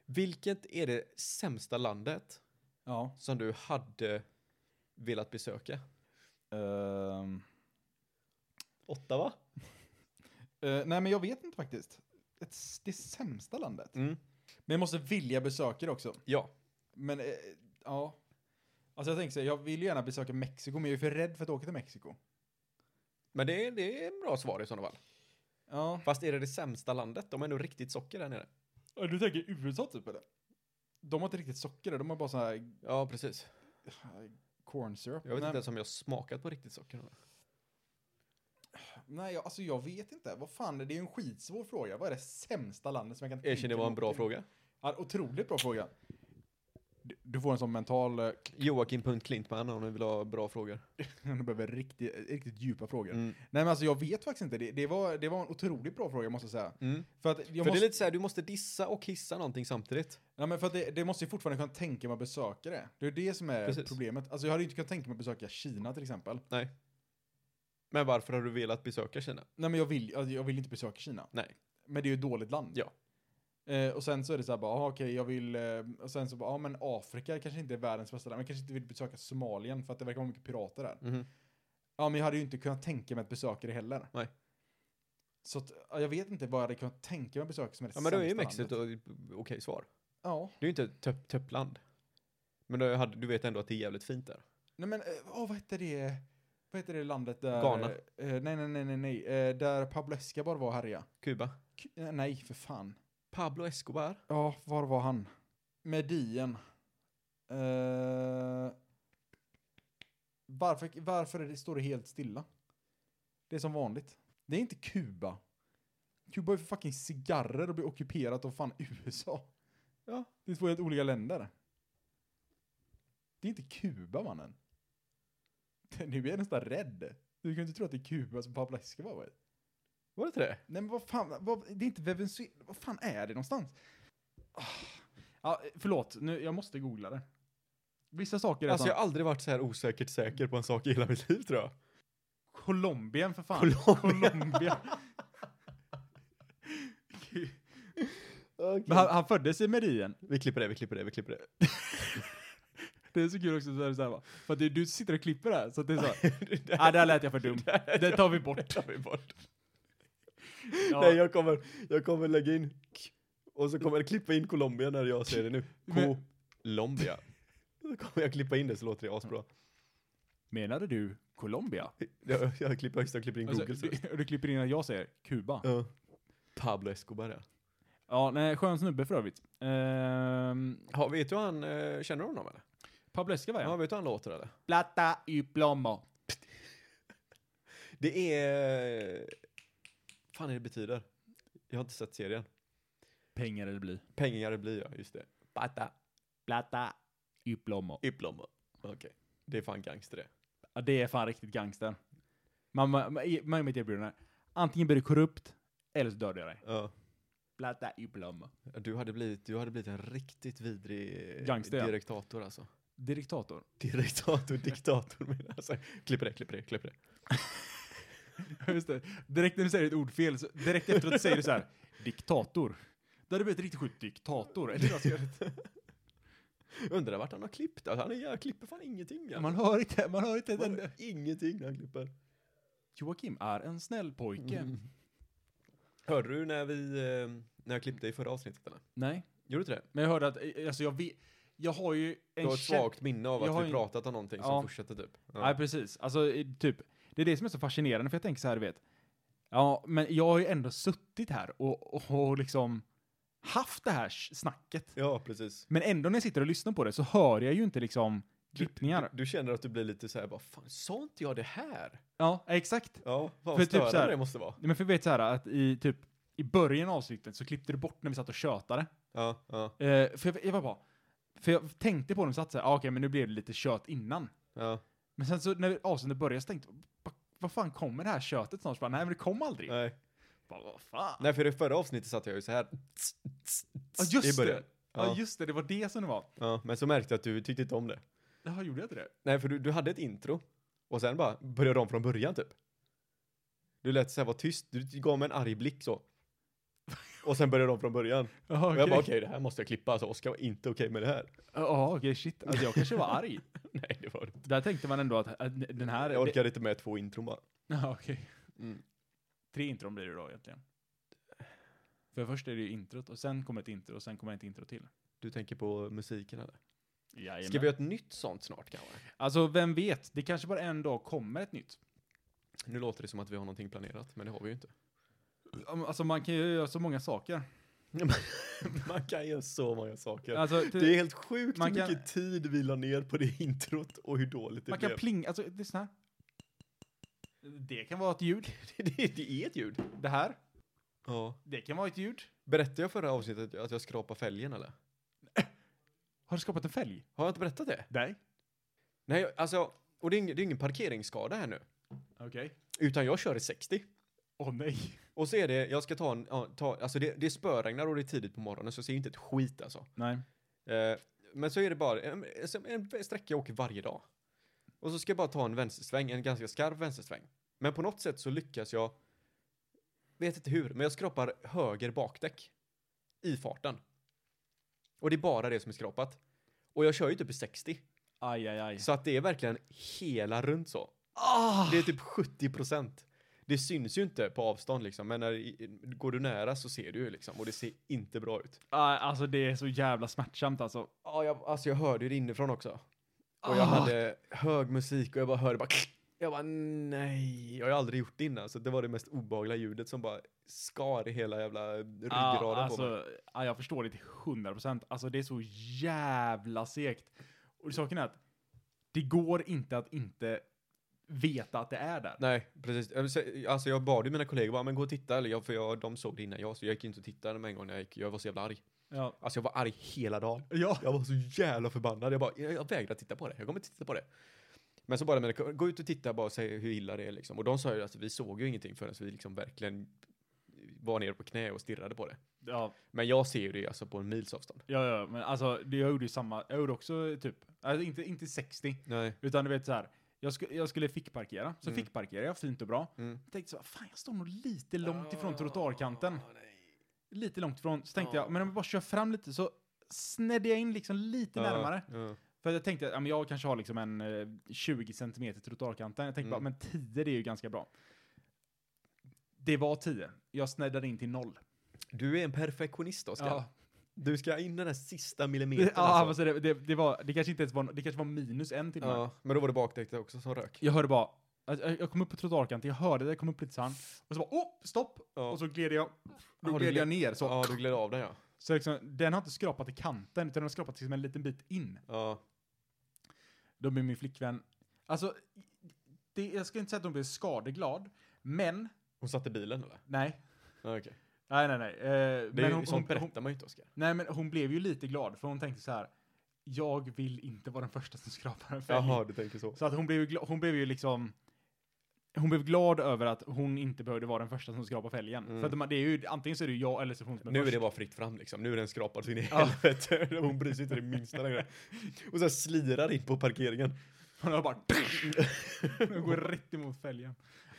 Vilket är det sämsta landet Ja. som du hade velat besöka? Ehm, Ottawa? eh, nej men jag vet inte faktiskt. Ett, s- det sämsta landet. Mm. Men jag måste vilja besöka det också. Ja. Men eh, ja. Alltså jag tänker så här, jag vill ju gärna besöka Mexiko men jag är för rädd för att åka till Mexiko. Men det är, det är en bra svar i sådana fall. Ja. Fast är det det sämsta landet? De är ändå riktigt socker där nere. Du tänker USA typ eller? De har inte riktigt socker där, de har bara så här eh, Ja, precis. corn syrup. Jag vet Nej, inte ens om jag smakat på riktigt socker. Nej, jag, alltså jag vet inte. Vad fan, det är ju en skitsvår fråga. Vad är det sämsta landet som jag kan Erkänn, det var en bra åka till? fråga. Ja, otroligt bra fråga. Du, du får en sån mental... eh, Joakim.Klintman om ni vill ha bra frågor. Du behöver riktigt, eh, riktigt djupa frågor. Mm. Nej men alltså jag vet faktiskt inte. Det, det, var, det var en otroligt bra fråga måste jag säga. Mm. För att jag För det måste... är lite så här, du måste dissa och hissa någonting samtidigt. Ja, men för att det, det måste ju fortfarande kunna tänka mig att besöka det. Det är det som är Precis. problemet. Alltså jag hade ju inte kunnat tänka mig att besöka Kina till exempel. Men varför har du velat besöka Kina? Nej men jag vill, alltså, jag vill inte besöka Kina. Nej. Men det är ju ett dåligt land. Ja. Eh, och sen så är det så här bara, aha, okej jag vill, eh, och sen så bara, ja men Afrika kanske inte är världens bästa land, men jag kanske inte vill besöka Somalien för att det verkar vara mycket pirater där. Mhm. Ja men jag hade ju inte kunnat tänka mig att besöka det heller. Nej. Så att, ja, jag vet inte vad jag hade kunnat tänka mig att besöka som är det Ja, men då är ju sämsta Mexiko ett landet. okej svar. Ja. Det är ju inte ett töpp, töppland. Men då hade, du vet ändå att det är jävligt fint där. Nej men, eh, åh, vad heter det? Vad heter det landet där? Ghana. Eh, nej, nej, nej, nej, nej. Eh, där Pablo Escobar var och härja. Kuba. K- eh, nej, för fan. Pablo Escobar. Ja, var var han? Medien. Eh, varför varför är det, står det helt stilla? Det är som vanligt. Det är inte Kuba. Kuba är för fucking cigarrer och blir ockuperat av fan USA. Ja. Det är två helt olika länder. Det är inte Kuba, mannen. Nu är jag nästan rädd. Du kan ju inte tro att det är Kuba som Pablo Escobar var i. Var det inte det? Nej men vad fan, vad, det är inte Venezuela, vad fan är det någonstans? Ah. Ja, förlåt, nu, jag måste googla det. Vissa saker är Alltså alltså, jag har aldrig varit så här osäkert säker på en sak i hela mitt liv tror jag. Colombien för fan. Colombia. Colombia. Men han, han föddes i Medien. Vi klipper det, vi klipper det, vi klipper det. Det är så kul också, så är det så här, va? för att det, du sitter och klipper där, så att det är så här, det där, ah, där lät jag för dum. Det tar vi det bort. tar vi bort. Ja. Nej, jag kommer, jag kommer lägga in k- och så kommer jag klippa in Colombia när jag säger det nu. Men- Colombia. Då kommer jag klippa in det så låter det asbra. Menade du Colombia? Jag, jag klipper högst, jag klipper in Alltså, Google. Så. du, du klipper in att jag säger Kuba. Ja. Pablo Escobar ja. Ja, nej, skön snubbe för övrigt. Ehm, ja. Vet du hur han, eh, känner du honom eller? Pablo Escobar, Ja, ja. vet du hur han låter eller? Plata y plomo. Det är... eh, fan är det betyder? Jag har inte sett serien. Pengar eller bli. Pengar det blir ja, just det. Bata. Plata y plomo. I plommon. Okej. Det är fan gangster det. Ja, det är fan riktigt gangster. Man, man, man, man är mitt erbjudande. Antingen blir du korrupt, eller så dödar jag dig. Ja. Plata y plomo. Du hade blivit, du hade blivit en riktigt vidrig eh, Gangster, ja. direktator alltså. Direktator. Direktator, diktator menar jag. Alltså, klipper det, klipper det, klipper det. Just det. Direkt när du säger ett ordfel, så direkt efter att du säger det så här, diktator. Då hade det blivit riktigt sjukt diktator. Eller vad ska jag- Undrar vart han har klippt. Alltså, han är, jag klipper fan ingenting. Alltså. Man hör inte, man hör inte ett Man, enda. ingenting när han klipper. Joakim är en snäll pojke. Mm. Hörde du när vi, eh, när jag klippte i förra avsnittet? eller? Nej, Gjorde du inte det? men jag hörde att, eh, alltså jag vet, jag har ju Du en har ett känsla- svagt minne av jag har att vi en- pratat om någonting Ja. som fortsätter typ. Nej, Ja. precis. Alltså, i- typ, det är det som är så fascinerande, för jag tänker så här, du vet. Ja, men jag har ju ändå suttit här och, och, och liksom haft det här s- snacket. ja, precis. Men ändå när jag sitter och lyssnar på det så hör jag ju inte liksom Du- klippningar. Du, du känner att du blir lite så här, vad fan, sa inte jag det här? Ja, exakt. Ja, fan För vad typ så störande här- det måste vara. Nej, Men för vi vet så här att i typ i början av avsnittet så klippte du bort när vi satt och tjötade. Ja, ja, Eh, för jag, jag var bara, för jag tänkte på dem och satt så här, ah, okej, men nu blev det lite tjöt innan. ja. Men sen så när avsnittet började så tänkte jag, "Va- vad fan kommer det här köttet snart? Så Bara, Nej, men det kom aldrig. Nej. Bara, vad fan? Nej, för i förra avsnittet satt jag ju så här. Ja, i just början. det. Ja. Ja, just det. Det var det som det var. ja, men så märkte jag att du tyckte inte om det. Jaha, gjorde jag inte det? Nej, för du, du hade ett intro och sen bara började om från början typ. Du lät så här vara tyst, du gav mig en arg blick så. Och sen började de från början. Jaha, Och jag bara okej, det här måste jag klippa, alltså Oskar var inte okej med det här. Ja, okej, shit. Alltså, jag kanske var arg. Nej, det var det inte. Där tänkte man ändå att, att den här... Jag orkade inte med två intron bara. det- Ja, okej. Mm. Tre intron blir det då egentligen. För först är det ju introt och sen kommer ett intro och sen kommer ett intro till. Du tänker på musiken eller? Jajamän. Ska vi göra ett nytt sånt snart kanske? Alltså, vem vet? Det kanske bara en dag kommer ett nytt. Nu låter det som att vi har någonting planerat, men det har vi ju inte. Alltså, man kan ju göra så många saker. Man kan göra så många saker. Alltså, det är helt sjukt man hur kan- mycket tid vi la ner på det introt och hur dåligt det man kan blev. plinga, alltså, det är så här. Det kan vara ett ljud. det, det är ett ljud. Det här, Ja. det kan vara ett ljud. Berättade jag förra avsnittet att jag skrapade fälgen eller? Har du skapat en fälg? Har jag inte berättat det? Nej. Nej, jag- alltså, och det är, ing- det är ingen parkeringsskada här nu. Okej. Utan jag kör i 60. Åh nej. Och så är det, jag ska ta en, ja, ta, alltså det, det är spöregnar och det är tidigt på morgonen så jag ser inte ett skit alltså. Nej. Eh, men så är det bara en, som en sträcka jag åker varje dag. Och så ska jag bara ta en vänstersväng, en ganska skarp vänstersväng. Men på något sätt så lyckas jag, vet inte hur, men jag skrapar höger bakdäck i farten. Och det är bara det som är skrapat. Och jag kör ju typ i 60, Aj, aj, aj. så att det är verkligen hela runt så. Ah! Det är typ 70 procent. Det syns ju inte på avstånd liksom, men när, i- går du nära så ser du ju liksom och det ser inte bra ut. Aj, alltså det är så jävla smärtsamt alltså. Ja, jag, alltså jag hörde ju det inifrån också. Och jag Ah. hade hög musik och jag bara hörde bara Jag bara nej, jag har ju aldrig gjort det innan så det var det mest obehagliga ljudet som bara skar i hela jävla ryggraden Ja, på mig. alltså, ja, jag förstår det till 100 procent. Alltså det är så jävla segt. Och saken är att det går inte att inte veta att det är där. Nej, precis. Jag vill säga- Alltså jag bad ju mina kollegor bara, men gå och titta, eller jag, för jag, de såg det innan jag, så jag gick inte och tittade med en gång när jag gick, jag var så jävla arg. Ja. Alltså jag var arg hela dagen. Ja. Jag var så jävla förbannad. Jag bara, jag, jag vägrar titta på det. Jag kommer inte titta på det. Men så bara, men, gå ut och titta bara och säg hur illa det är liksom. Och de sa ju att vi såg ju ingenting förrän vi liksom verkligen var nere på knä och stirrade på det. Ja, Men jag ser ju det alltså på en mils avstånd. ja, ja men alltså det, jag gjorde ju samma. Jag gjorde också typ Alltså inte, inte 60, Nej. utan du vet så här. Jag, sku, jag skulle fickparkera, så Mm. fickparkerade jag fint och bra. Mm. Tänkte så här, fan jag står nog lite långt ifrån trottoarkanten. Lite långt ifrån, så tänkte Ja. jag, men om jag bara kör fram lite så snedde jag in liksom lite närmare. Ja. För jag tänkte, ja, men jag kanske har liksom en eh, 20 centimeter trottoarkanten. Jag tänkte Mm. bara, men 10 det är ju ganska bra. Det var 10. Jag sneddade in till noll. Du är en perfektionist, Oskar. Ja, Du ska in den där sista ja millimetern. alltså, det, det, det, var, det kanske inte ens var, no- det kanske var minus en till och med. ja, men då var det bakdäcket också som rök. Jag hörde bara, jag- jag jag kom upp på trottoarkanten, jag hörde det, jag kom upp lite så här. Och så bara, oh, stopp! Ja. Och så gled jag, då du gled jag gled- ner så. Ja, du gled av den ja. Så liksom, den har inte skrapat i kanten, utan den har skrapat liksom en liten bit in. ja. Då blir min flickvän, alltså, det, jag ska inte säga att hon blev skadeglad, men, Hon satt i bilen eller? nej. Ja, Okej. Nej, nej, nej. Eh, Det är men ju, hon, hon, sånt hon, berättar man ju inte Oskar. nej, men hon blev ju lite glad, för hon tänkte så här, jag vill inte vara den första som skrapar en fälg. Jaha, du tänker så. Så att hon blev, ju gla- hon blev ju liksom... Hon blev glad över att hon inte behövde vara den första som skrapade fälgen. Mm. För att man, det är ju, antingen så är det ju jag eller så är hon som Nu är först. det bara fritt fram liksom. Nu är den skrapad så in i Ja. helvete. Hon bryr sig inte det minsta längre. Och sen slirar in på parkeringen. Hon har bara... hon går rätt emot fälgen.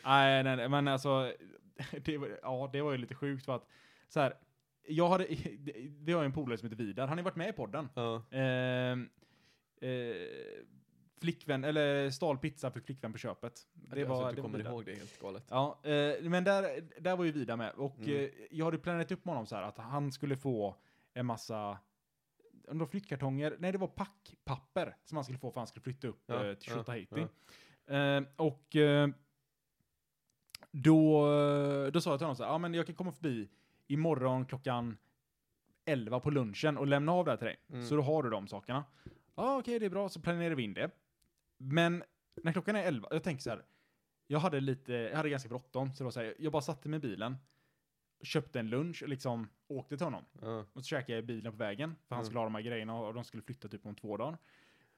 Nej, nej, nej, men alltså... Det var, ja, det var ju lite sjukt för att... Så här, jag hade... Vi har ju en polare som heter Vidar. Han har ju varit med i podden. Ja. Ehm, eh, flickvän, eller stal pizza för flickvän på köpet. Det var, att Alltså, du var kommer Vidar. ihåg det är helt galet. Ja, eh, men där, där var ju Vida med. Och Mm. eh, jag hade planerat upp med honom så här att han skulle få en massa om det var flyttkartonger, nej det var packpapper som han skulle få för han skulle flytta upp Ja, eh, till ja, Tjotahejti. Eh, och eh, då, eh, då sa jag till honom så här, ja men jag kan komma förbi imorgon klockan 11 på lunchen och lämna av det här till dig. Mm. Så då har du de sakerna. Ja okej det är bra, så planerar vi in det. Men när klockan är 11, jag tänker så här, jag hade lite, jag hade ganska bråttom, så det var så här, jag bara satte mig i bilen, köpte en lunch och liksom åkte till honom. Ja. Och så käkade jag i bilen på vägen, för han Mm. skulle ha de här grejerna och de skulle flytta typ om två dagar.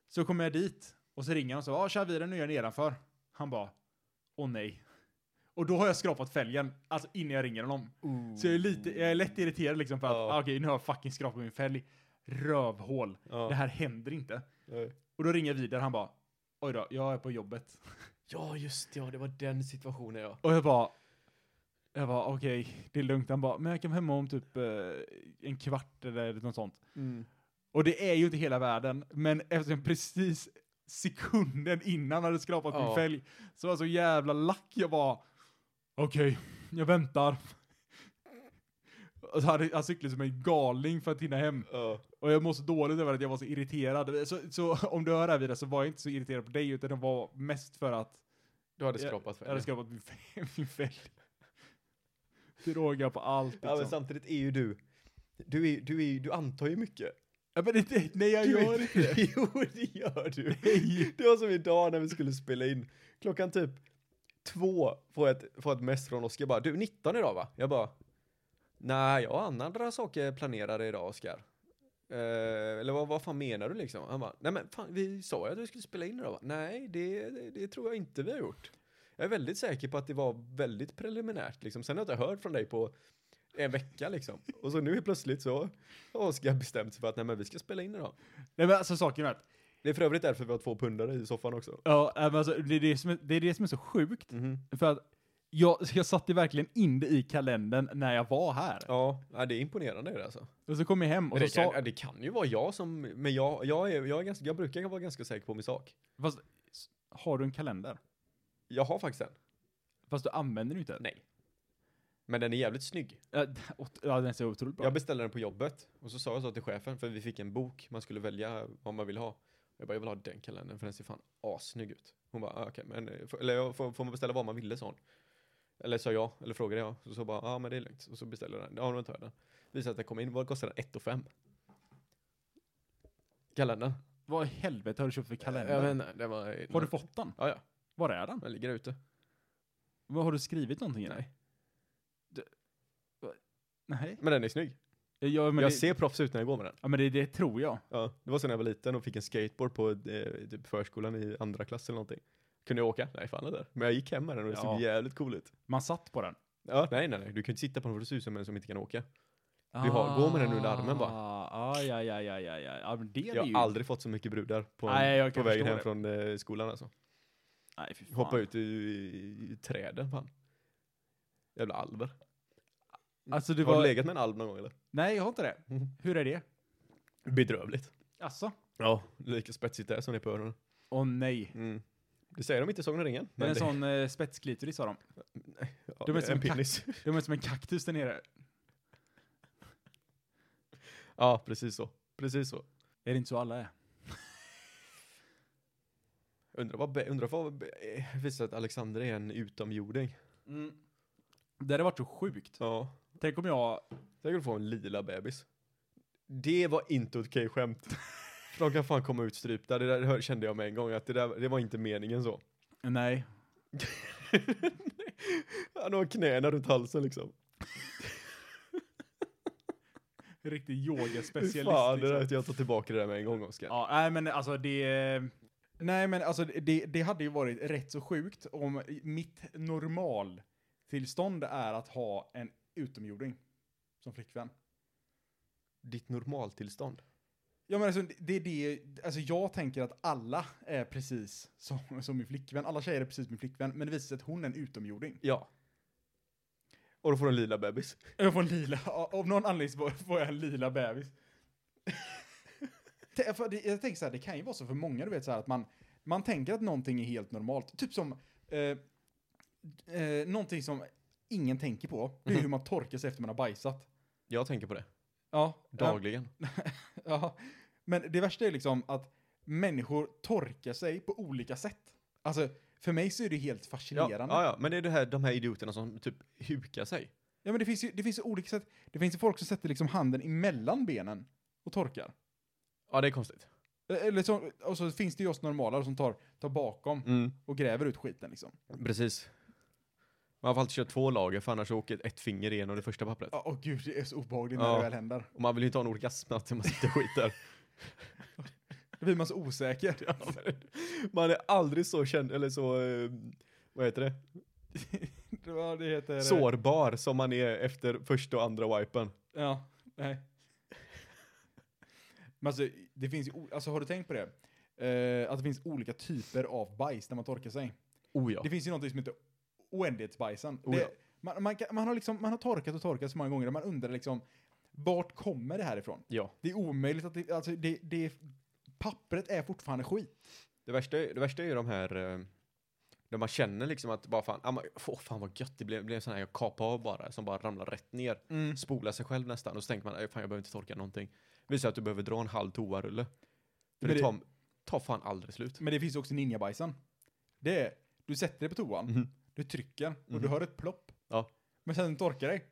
Så kommer jag dit och så ringer han och så, ja tja vi är nu är jag nedanför. Han bara, åh nej. Och då har jag skrapat fälgen, alltså innan jag ringer honom. Så jag är lite, jag är lätt irriterad liksom för att, Ja. ah, okej nu har jag fucking skrapat min fälg. Rövhål. Ja. Det här händer inte. Nej. Och då ringer jag vidare, han bara, oj då, jag är på jobbet. Ja, just det, ja. Det var den situationen ja. Och jag bara, jag bara okej, det är lugnt. Han bara, men jag kan vara hemma om typ eh, en kvart eller något sånt. Mm. Och det är ju inte hela världen, men eftersom precis sekunden innan hade skrapat Ja. min fälg så var jag så jävla lack. Jag bara, okej, jag väntar. Och så hade jag cyklat som en galning för att hinna hem. Ja. Och jag mår så dåligt över att jag var så irriterad. Så, så om du hör det här vidare så var jag inte så irriterad på dig utan det var mest för att Du hade Jag- skrapat jag hade fälgen. skrapat min, fä- min fälg. Till råga på allt. Liksom. Ja, men samtidigt är ju du. Du, är, du, är, du antar ju mycket. Ja, men det, nej, jag Du är- gör inte det. Jo, det gör du. Det var som idag när vi skulle spela in. Klockan typ två får jag ett, får jag ett mess från Oskar bara, du 19 idag va? Jag bara, nej jag har andra saker planerade idag Oskar. Eh, eller vad, vad fan menar du liksom? Han bara, nej men fan, vi sa ju att vi skulle spela in idag va? Nej, det, det, det tror jag inte vi har gjort. Jag är väldigt säker på att det var väldigt preliminärt liksom. Sen har jag inte hört från dig på en vecka liksom. Och så nu är plötsligt så har Oskar bestämt sig för att nej men vi ska spela in idag. Nej, men alltså saken är att Det är för övrigt därför vi har två pundare i soffan också. Ja, nej, men alltså, det, är det, som är, det är det som är så sjukt. Mhm. För att jag, jag satte verkligen in det i kalendern när jag var här. Ja, ja, det är imponerande är det alltså. Och så kom jag hem och Men så det, kan, sa... ja, det kan ju vara jag som, men jag, jag, är, jag, är ganska, jag brukar vara ganska säker på min sak. Fast, s- har du en kalender? Jag har faktiskt en. Fast du använder den ju inte. Nej. Men den är jävligt snygg. Ja, d- ot- Ja, den ser otroligt bra Jag ut. beställde den på jobbet och så sa jag så till chefen, för vi fick en bok man skulle välja vad man vill ha. Jag bara, jag vill ha den kalendern för den ser fan assnygg ut. Hon bara, ah, okej, men eh, får- eller, jag- får, får man beställa vad man ville sa hon. Eller sa jag, eller frågade jag. Så, så bara, ja ah, men det är lugnt. Och så beställde jag den. Ja, nu tar jag den. Visade att den kom in, vad kostade den? 1 5. Kalendern. Vad i helvete har du köpt för kalender? Jag vet inte, det var... har du fått den? Ja, ja. Var är den? Den ligger där ute. Vad Har du skrivit någonting i den? Nej. Du- va- Nej. Men den är snygg. Ja, men jag det, ser proffs ut när jag går med den. Ja, men det, det tror jag. Ja, det var så när jag var liten och fick en skateboard på eh, typ förskolan i andra klass eller någonting. Kunde jag åka? Nej, fan där. Men jag gick hem med den och det såg Ja. jävligt cool ut. Man satt på den. Ja, nej, nej, nej. Du kan ju inte sitta på den för det ser ut som en som inte kan åka. Vi har- går med den under armen bara. Ah, ah, ja, ja, ja, ja, ja. ja men det är Jag ju... har aldrig fått så mycket brudar på, en- Nej, jag på kan vägen förstå hem det. från eh, skolan alltså. Nej, fy fan. Hoppa ut i, i, i träden fan. Jävla alver. Alltså det Har du var... legat med en alv någon gång eller? Nej, jag har inte det. Mm. Hur är det? Bedrövligt. Alltså? Ja, lika spetsigt där som det är på öronen. Åh nej. Mm. Det säger de inte i Sagan om ringen. Det är en det, sån eh, spetsklitoris har de. ja, de är det som en en katt. penis. De är som en kaktus där nere. ja, precis så. Precis så. Är det inte så alla är? Undrar vad, be- undrar vad, be- eh, visst att Alexander är en utomjording. Det hade varit så sjukt. Ja. Tänk om jag... Tänk att få en lila bebis. Det var inte okej skämt. För de kan fan komma ut strypta. Det där hör- kände jag med en gång att det, där, det var inte meningen så. Nej. Han har knäna runt halsen liksom. Riktig yogaspecialist. Fan, det liksom. där, jag tar tillbaka det där med en gång Oskar. Ja, nej men alltså det... Nej men alltså det, det hade ju varit rätt så sjukt om mitt normaltillstånd är att ha en utomjording som flickvän. Ditt normaltillstånd. Ja men alltså det är det, alltså jag tänker att alla är precis som, som min flickvän, alla tjejer är precis min flickvän, men det visar sig att hon är en utomjording. Ja. Och då får du en lila bebis. Jag får en lila, av någon anledning så får jag en lila bebis. Tä- för det- jag tänker så här, det kan ju vara så för många, du vet så här att man, man tänker att någonting är helt normalt. Typ som, eh, eh, någonting som ingen tänker på, det är Mhm. hur man torkar sig efter man har bajsat. Jag tänker på det. Ja, Dagligen. ja, ja. Men det värsta är liksom att människor torkar sig på olika sätt. Alltså, för mig så är det helt Ja, fascinerande. ja, ja. Men det är det här, de här idioterna som typ hukar sig. Ja men det finns ju det finns ju olika sätt. Det finns ju folk som sätter liksom handen emellan benen och torkar. Ja, det är konstigt. Eh, Eller så, och så finns det ju oss normala som tar, tar bakom Mm. och gräver ut skiten liksom. Precis. Man får alltid köra två lager för annars åker ett finger igenom det första pappret. Ja, Åh gud, det är så obehagligt när Ja. det väl händer. Och man vill ju inte ha en orgasm när man sitter och skiter. Då blir man så osäker. Ja, men man är aldrig så känd, eller så, eh, vad heter det? Ja, det heter... Sårbar som man är efter första och andra wipen. Ja, nej. Men alltså, det finns ju, o- alltså har du tänkt på det? Eh, att det finns olika typer av bajs när man torkar sig. Oh ja. Det finns ju någonting som heter oändlighetsbajsen. Oh ja. det, man, man, kan- man, har liksom, man har torkat och torkat så många gånger och man undrar liksom, vart kommer det här ifrån? Ja. Det är omöjligt att det, alltså det, det pappret är fortfarande skit. Det värsta, är- det värsta är ju de här, eh, där man känner liksom att bara fan, ah, man, åh, fan vad gött, det blev, det blev en sån här jag kapade av bara, som bara ramlar rätt ner. Spolar sig själv nästan och så tänker man, "Aj, fan jag behöver inte torka någonting. Visar att du behöver dra en halv toarulle. För Men det det- tar, tar fan aldrig slut. Men det finns ju också ninjabajsen. Det är, du sätter dig på toan, Mhm. du trycker och Mhm. du hör ett plopp. Ja. Men sen när du torkar dig,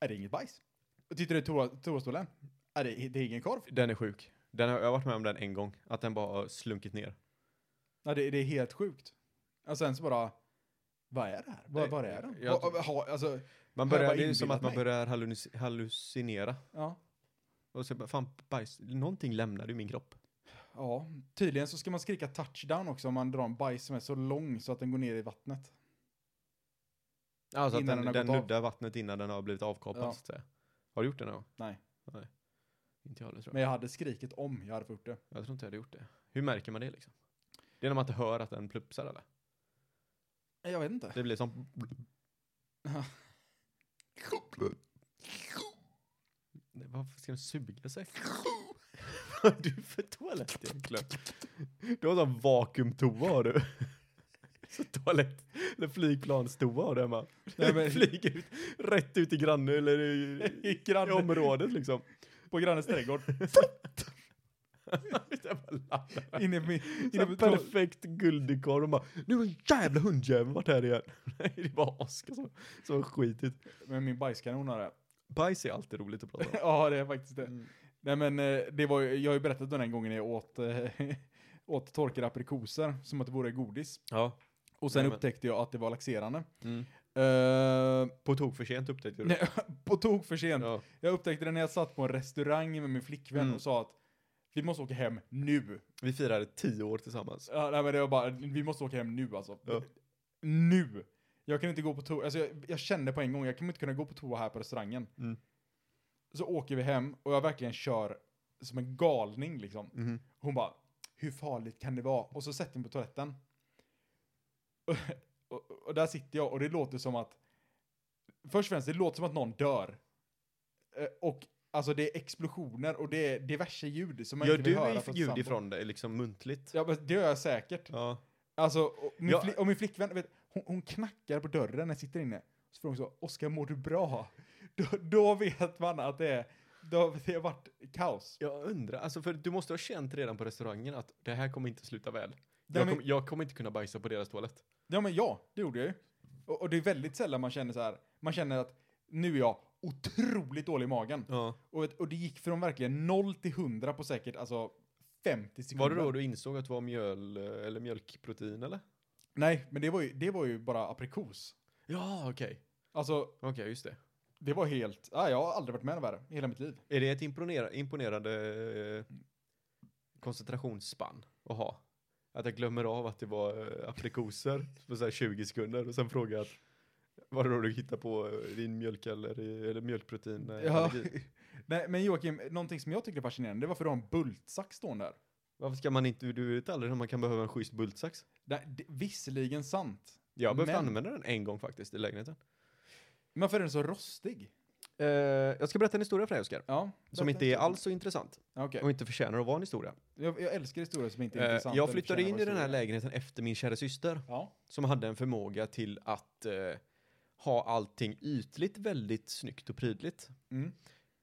är det inget bajs. Och tittar du i toa- toastolen, är det, det är ingen korv. Den är sjuk. Den har, jag har varit med om den en gång, att den bara har slunkit ner. Ja, det, det är helt sjukt. Och sen så bara, vad är det här? Vad, Nej, vad är det? jag- Vad- ha, alltså, Man Har jag börjar, bara det är ju som inbillat att man mig? börjar hallucin- hallucinera. ja. Och så bara, fan bajs, någonting lämnade ju min kropp. Ja, tydligen så ska man skrika touchdown också om man drar en bajs som är så lång så att den går ner i vattnet. Alltså att Innan den, den har den gått av. nuddar vattnet innan den har blivit avkapad Ja. så att säga. Har du gjort det någon gång? Nej. Nej. Inte jag heller tror jag. Men jag hade skrikit om jag hade fått gjort det. Jag tror inte jag hade gjort det. Hur märker man det liksom? Det är när man inte hör att den plupsar eller? Nej, Jag vet inte. Det blir som... Ja. Nej, Varför ska den suga sig? Vad har du för toalett egentligen? Du har en sån vakuumtoa har du. Så toalett, eller flygplanstoa har du hemma. Nej, men- Flyger ut, rätt ut i granne eller i, I i grann, området liksom. på grannens trädgård. Den bara landar. Inne i min... Så Inne en på perfekt guldkorv och bara Nu har en jävla hundjävel varit här igen. Nej det var Oskar som, som har skitit. Men min bajskanon har det. Bajs är alltid roligt att prata om. ja, det är faktiskt det. Mm. Nej men eh, det var ju, jag har ju berättat om den här gången jag åt, eh, åt torkade aprikoser som att det vore godis. Ja. Och sen Jajamän. upptäckte jag att det var laxerande. Mm. Eh, På tok för sent upptäckte du det. nej, på tok för sent. Ja. Jag upptäckte det när jag satt på en restaurang med min flickvän Mm. och sa att vi måste åka hem nu. Vi firade tio år tillsammans. Ja, nej, men det var bara, vi måste åka hem nu alltså. Ja. Nu! Jag kan inte gå på toa, alltså jag, jag kände på en gång, jag kommer inte kunna gå på toa här på restaurangen. Mm. så åker vi hem och jag verkligen kör som en galning liksom. Mhm. Hon bara, hur farligt kan det vara? Och så sätter jag mig på toaletten. Och, och, och där sitter jag och det låter som att, först och främst, det låter som att någon dör. Eh, Och alltså det är explosioner och det är diverse ljud som man Gör inte vill du höra. if- från ljud sambo. ifrån dig, liksom muntligt? Ja, men det gör jag säkert. Ja. Alltså, och min, Ja. fli- och min flickvän, vet, hon, hon knackar på dörren när jag sitter inne. Så frågar hon så, Oskar mår du bra? Då, då vet man att det, är, då, det har varit kaos. Jag undrar, alltså för du måste ha känt redan på restaurangen att det här kommer inte sluta väl. Ja, jag, men- kom, jag kommer inte kunna bajsa på deras toalett. Ja men ja, det gjorde jag ju. Och, och det är väldigt sällan man känner så här, man känner att nu är jag otroligt dålig i magen. Ja. Och, ett- och det gick från verkligen 0 till 100 på säkert alltså 50 sekunder. Var det då du insåg att det var mjöl eh, eller mjölkprotein eller? Nej, men det var ju, det var ju bara aprikos. Ja, okej. Alltså, Okej, just det. det var helt, ah, jag har aldrig varit med om värre i hela mitt liv. Är det ett imponera, imponerande eh, koncentrationsspann att ha? Att jag glömmer av att det var eh, aprikoser på så här 20 sekunder och sen frågar jag att var det då du hittade på eh, din mjölk eller, eller mjölkprotein? eh, Ja. allergi? Nej, men Joakim, någonting som jag tyckte är fascinerande, det var för att du har en bultsax stående där. Varför ska man inte, du vet aldrig om man kan behöva en schysst bultsax? Det, det, visserligen sant, Jag har behövt Men- använda den en gång faktiskt i lägenheten. men varför är den så rostig? Eh, jag ska berätta en historia för dig Oskar. Ja. Som detta- inte är alls så intressant Okej, och inte förtjänar att vara en historia. jag, jag älskar historier som inte är Eh, intressanta. jag eller flyttade förtjänar in i vår den här historia. lägenheten efter min kära syster. Ja. Som hade en förmåga till att eh, ha allting ytligt väldigt snyggt och prydligt. Mm.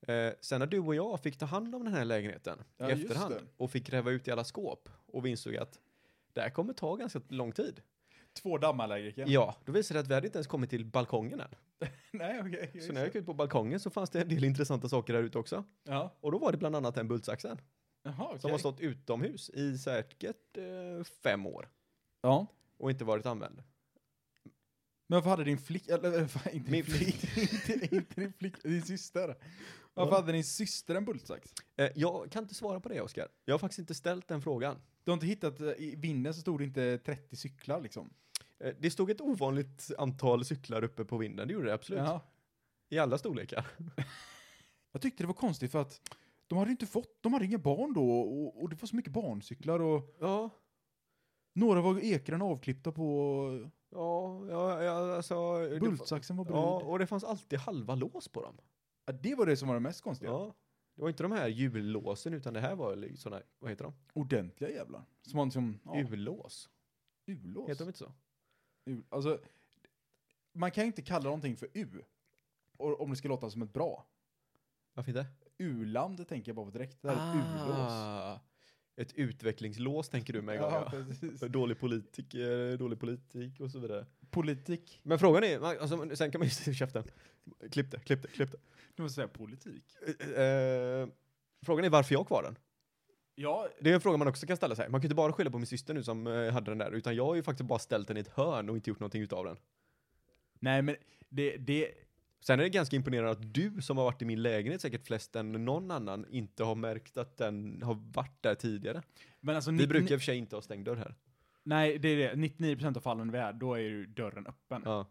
Eh, sen när du och jag fick ta hand om den här lägenheten Ja, i just efterhand det. och fick gräva ut i alla skåp och vi insåg att det här kommer ta ganska lång tid. Två dammallergiker? Ja, då visade det att vi hade inte ens kommit till balkongen än. Nej, okej. Så när jag gick ut på balkongen så fanns det en del intressanta saker där ute också. Ja. Och då var det bland annat den bultsaxen Jaha, okej. som har stått utomhus i säkert eh, fem år Ja. och inte varit använd. Men varför hade din flick... Eller, eh, fan, inte Min din flick. inte, inte din flick, din syster. Varför Ja. hade din syster en bultsax? Eh, jag kan inte svara på det, Oskar. Jag har faktiskt inte ställt den frågan. Du har inte hittat... eh, I vinden så stod det inte 30 cyklar liksom. Eh, det stod ett ovanligt antal cyklar uppe på vinden, det gjorde det absolut. Jaha. I alla storlekar. Jag tyckte det var konstigt för att de hade inte fått... De hade inga barn då och, och det var så mycket barncyklar och Ja, några var ekrarna avklippta på... ja, ja, ja alltså. det fa- Bultsaxen var brud. Ja, Ja. och det fanns alltid halva lås på dem. det var det som var det mest konstiga. Ja. Det var inte de här hjullåsen utan det här var li- såna, vad heter de? Ordentliga jävlar. Som man som... Ja, Hjullås? ulås. Heter de inte så? U, alltså, man kan ju inte kalla någonting för U. och- Om det ska låta som ett bra. Varför inte? U-land tänker jag bara på direkt. Det här är ett U-lås. Ah, Ett utvecklingslås tänker du med en gång Ja, ja. precis. Dålig politiker, dålig politik och så vidare. Politik. Men frågan är, man- alltså, men sen kan man ju se käften. Klipp det, klipp det, klipp det. Du måste säga politik. Eh, eh, frågan är varför jag har kvar den. Ja, Det är en fråga man också kan ställa sig. Man kan ju inte bara skylla på min syster nu som eh, hade den där, utan jag har ju faktiskt bara ställt den i ett hörn och inte gjort någonting utav den. nej men det, det, Sen är det ganska imponerande att du som har varit i min lägenhet säkert flest än någon annan inte har märkt att den har varit där tidigare. men alltså... Vi 90 brukar i och för sig inte ha stängd dörr här. Nej, det är det. 99% av fallen vi är, då är ju dörren öppen. Ja,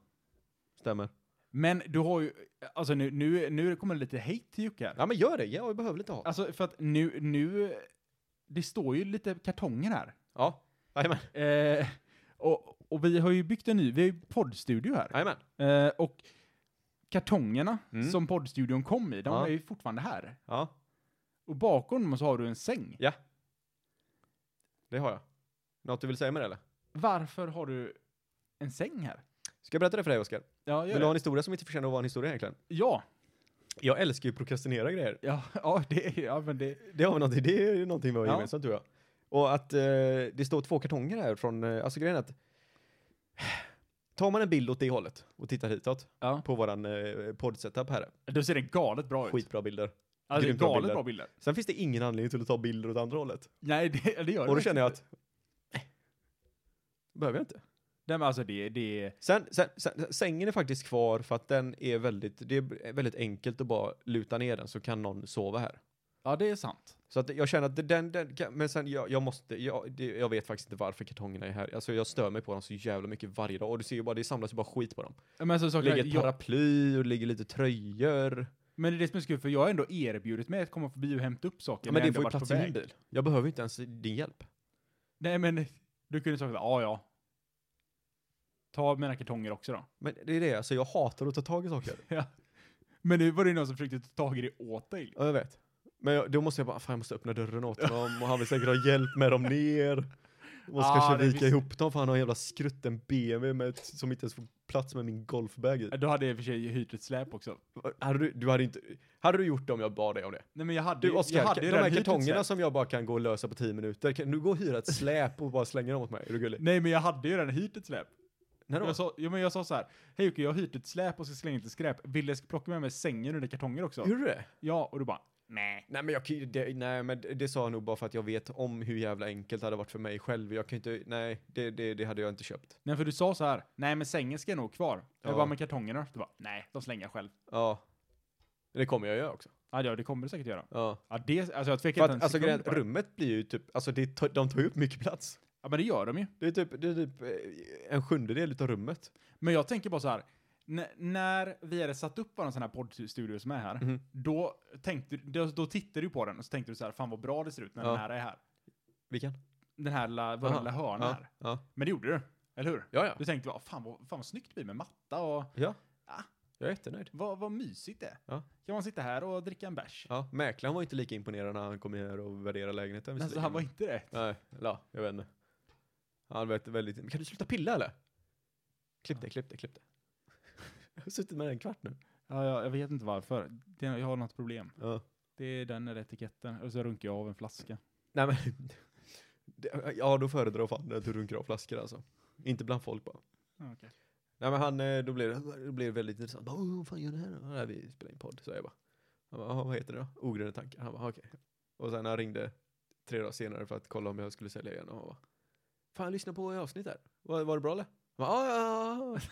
stämmer. Men du har ju, alltså nu, nu, nu kommer det lite hate till Jocke här. Ja men gör det, jag behöver lite hat. Alltså för att nu, nu, det står ju lite kartonger här. Ja, jajamän. Eh, och, och vi har ju byggt en ny, vi har ju poddstudio här. Jajamän. Eh, och kartongerna Mm. som poddstudion kom i, de Ja. är ju fortfarande här. Ja, Och bakom dem så har du en säng. det har jag. Något du vill säga med det eller? Varför har du en säng här? Ska jag berätta det för dig Oskar? Ja, Vill du ha en historia som inte förtjänar att vara en historia egentligen? Ja, Jag älskar ju att prokrastinera grejer. ja, ja, det, ja men det, Det har vi någonting, det är ju någonting vi har Ja. gemensamt tror jag. Och att eh, det står två kartonger här från, eh, alltså grejen är att tar man en bild åt det hållet och tittar hitåt Ja. på våran eh, poddsetup här, då ser det galet bra ut. skitbra bilder. Alltså, det är grymt bra galet bilder. bra bilder. Sen finns det ingen anledning till att ta bilder åt andra hållet. Nej, det, det gör det Och då faktiskt känner jag inte. att, nej, behöver jag inte. Nej men alltså det, det, Sen, sen, sen, sängen är faktiskt kvar för att den är väldigt, det är väldigt enkelt att bara luta ner den så kan någon sova här. ja det är sant. Så att jag känner att det- den, den kan- men sen jag, jag måste, jag, det, jag vet faktiskt inte varför kartongerna är här. Alltså jag stör mig på dem så jävla mycket varje dag. Och du ser ju bara, det samlas ju bara skit på dem. Men alltså, Det saker, ligger ett jag, paraply och det ligger lite tröjor. Men det är det som är så kul, för jag har ändå erbjudit mig att komma förbi och hämta upp saker. Ja, när men jag det ändå får ju varit på plats i min väg. bil. Jag behöver inte ens din hjälp. Nej, men du kunde sagt ja, ja. Ta mina kartonger också då. Men det är det, alltså jag hatar att ta tag i saker. Men nu var det ju någon som försökte ta tag i det åt dig. Ja, jag vet. Men jag, då måste jag bara, fan jag måste öppna dörren åt honom och han vill säkert ha hjälp med dem ner. Måste Ah, det kanske vika visst. ihop dem för han har en jävla skrutten BMW med, ett- som inte ens får plats med min golfbag i. Då hade jag i och för sig hyrt ett släp också. Hade du, du hade inte, hade du gjort det om jag bad dig om det? Nej, men jag hade Du ju- jag Oskar, hade de ju här redan hyrt ett kartongerna släp. som jag bara kan gå och lösa på 10 minuter, kan du gå och hyra ett släp och bara slänga dem åt mig? Är du gullig? Nej, men jag hade ju redan hyrt ett släp. När då? Jag sa, ja, men jag sa så här, hej Jocke, jag har hyrt ett släp och ska slänga lite skräp. Vill jag ska plocka med mig sängen under kartonger också? Gjorde du det? Ja, och du bara, nej. Nej men, jag, kan ju- det, nej men det- det sa jag nog bara för att jag vet om hur jävla enkelt det hade varit för mig själv. Jag kan inte, nej det, det, det hade jag inte köpt. Nej, för du sa så här, nej men sängen ska jag nog ha kvar. Ja. Jag bara, med kartongerna? Du bara, nej, de slänger jag själv. Ja. Det kommer jag göra också. Ja, det- det kommer du säkert göra. Ja. Ja, det, alltså jag tvekar För inte en att, alltså sekund grejen, på det. rummet blir ju typ, alltså det, tar- de tar ju upp mycket plats. Ja, men det gör de ju. Det är typ, det är typ eh, en sjundedel utav rummet. Men jag tänker bara så här. n- När vi hade satt upp vår sån här poddstudio som är här, Mhm. då, tänkte, då, då tittade du på den och så tänkte du så här, fan vad bra det ser ut när Ja. den här är här. Vilken? Den här lilla, vår Aha. lilla hörna Ja. här. Ja. Men det gjorde du, eller hur? Ja, ja. Du tänkte bara, fan vad, fan vad snyggt det blir med matta och Ja. Ah. Jag är jättenöjd. vad, vad mysigt det är. Ja. Kan man sitta här och dricka en bärs? Ja. Mäklaren var inte lika imponerad när han kom ner och värderade lägenheten. Men alltså, visserligen. han var inte det. Nej, eller ja, jag vet inte. Han vet väldigt... Men kan du sluta pilla eller? Klipp det, klipp det, klipp det. Jag har suttit med den en kvart nu. Ja, ja, jag vet inte varför. Det, jag har något problem. Ja. Det är den eller etiketten. Och så runkar jag av en flaska. Nej men... Det, ja, då föredrar fan att du runkar av flaskor alltså. Inte bland folk bara. Okej. Nej men han, eh, då blev det, då blev det väldigt intressant. Bara, "Åh, vad fan gör ni här då? Nej, vi spelar in podd, så jag bara. Han bara, "Jaha, vad heter det då? Ogrundade tankar. Han bara, okej. Och sen han ringde tre dagar senare för att kolla om jag skulle sälja igen och han bara, fan lyssna på i avsnitt här. Var, var det bra eller? Han bara, "Ja, ja, ja, ja."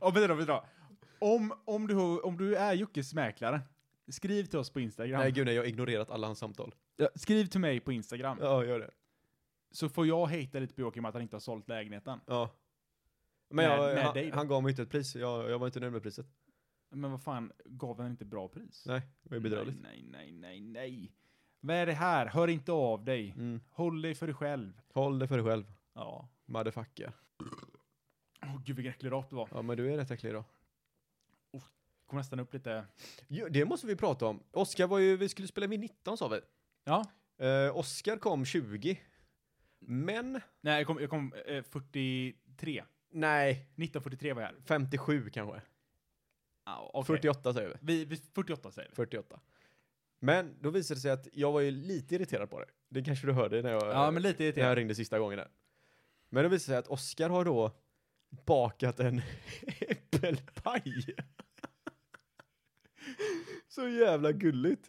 Ja, men då, men då. Om, om, du, om du är Jockes mäklare, skriv till oss på Instagram. Nej gud nej, jag har ignorerat alla hans samtal. Ja, skriv till mig på Instagram. Ja, gör det. Så får jag hejta lite på Joakim att han inte har sålt lägenheten. Ja. Men Med- jag, med han, dig då? han gav mig inte ett pris, jag, jag var inte nöjd med priset. Men vad fan, gav han inte bra pris? Nej, det var bedrövligt. Nej, nej, nej, nej. Vad är det här? Hör inte av dig. Mm. Håll dig för dig själv. Håll det för dig själv, Ja. motherfucker. Åh gud vilken äcklig rap det var. Ja men du är rätt äcklig då. Kom nästan upp lite. Jo, det måste vi prata om. Oskar var ju, vi skulle spela vid 19 sa vi. Ja. Eh, Oskar kom 20. Men, Nej, jag kom, jag kom eh, 43. nej, 1943 var jag här. 57 kanske. Ah, okay. 48 säger vi. Vi, vi, 48 säger vi. 48. Men då visade det sig att jag var ju lite irriterad på det. Det kanske du hörde när jag... Ja, men lite när jag irriterad. ringde sista gången där. Men det visade sig att Oskar har då bakat en äppelpaj. Så jävla gulligt.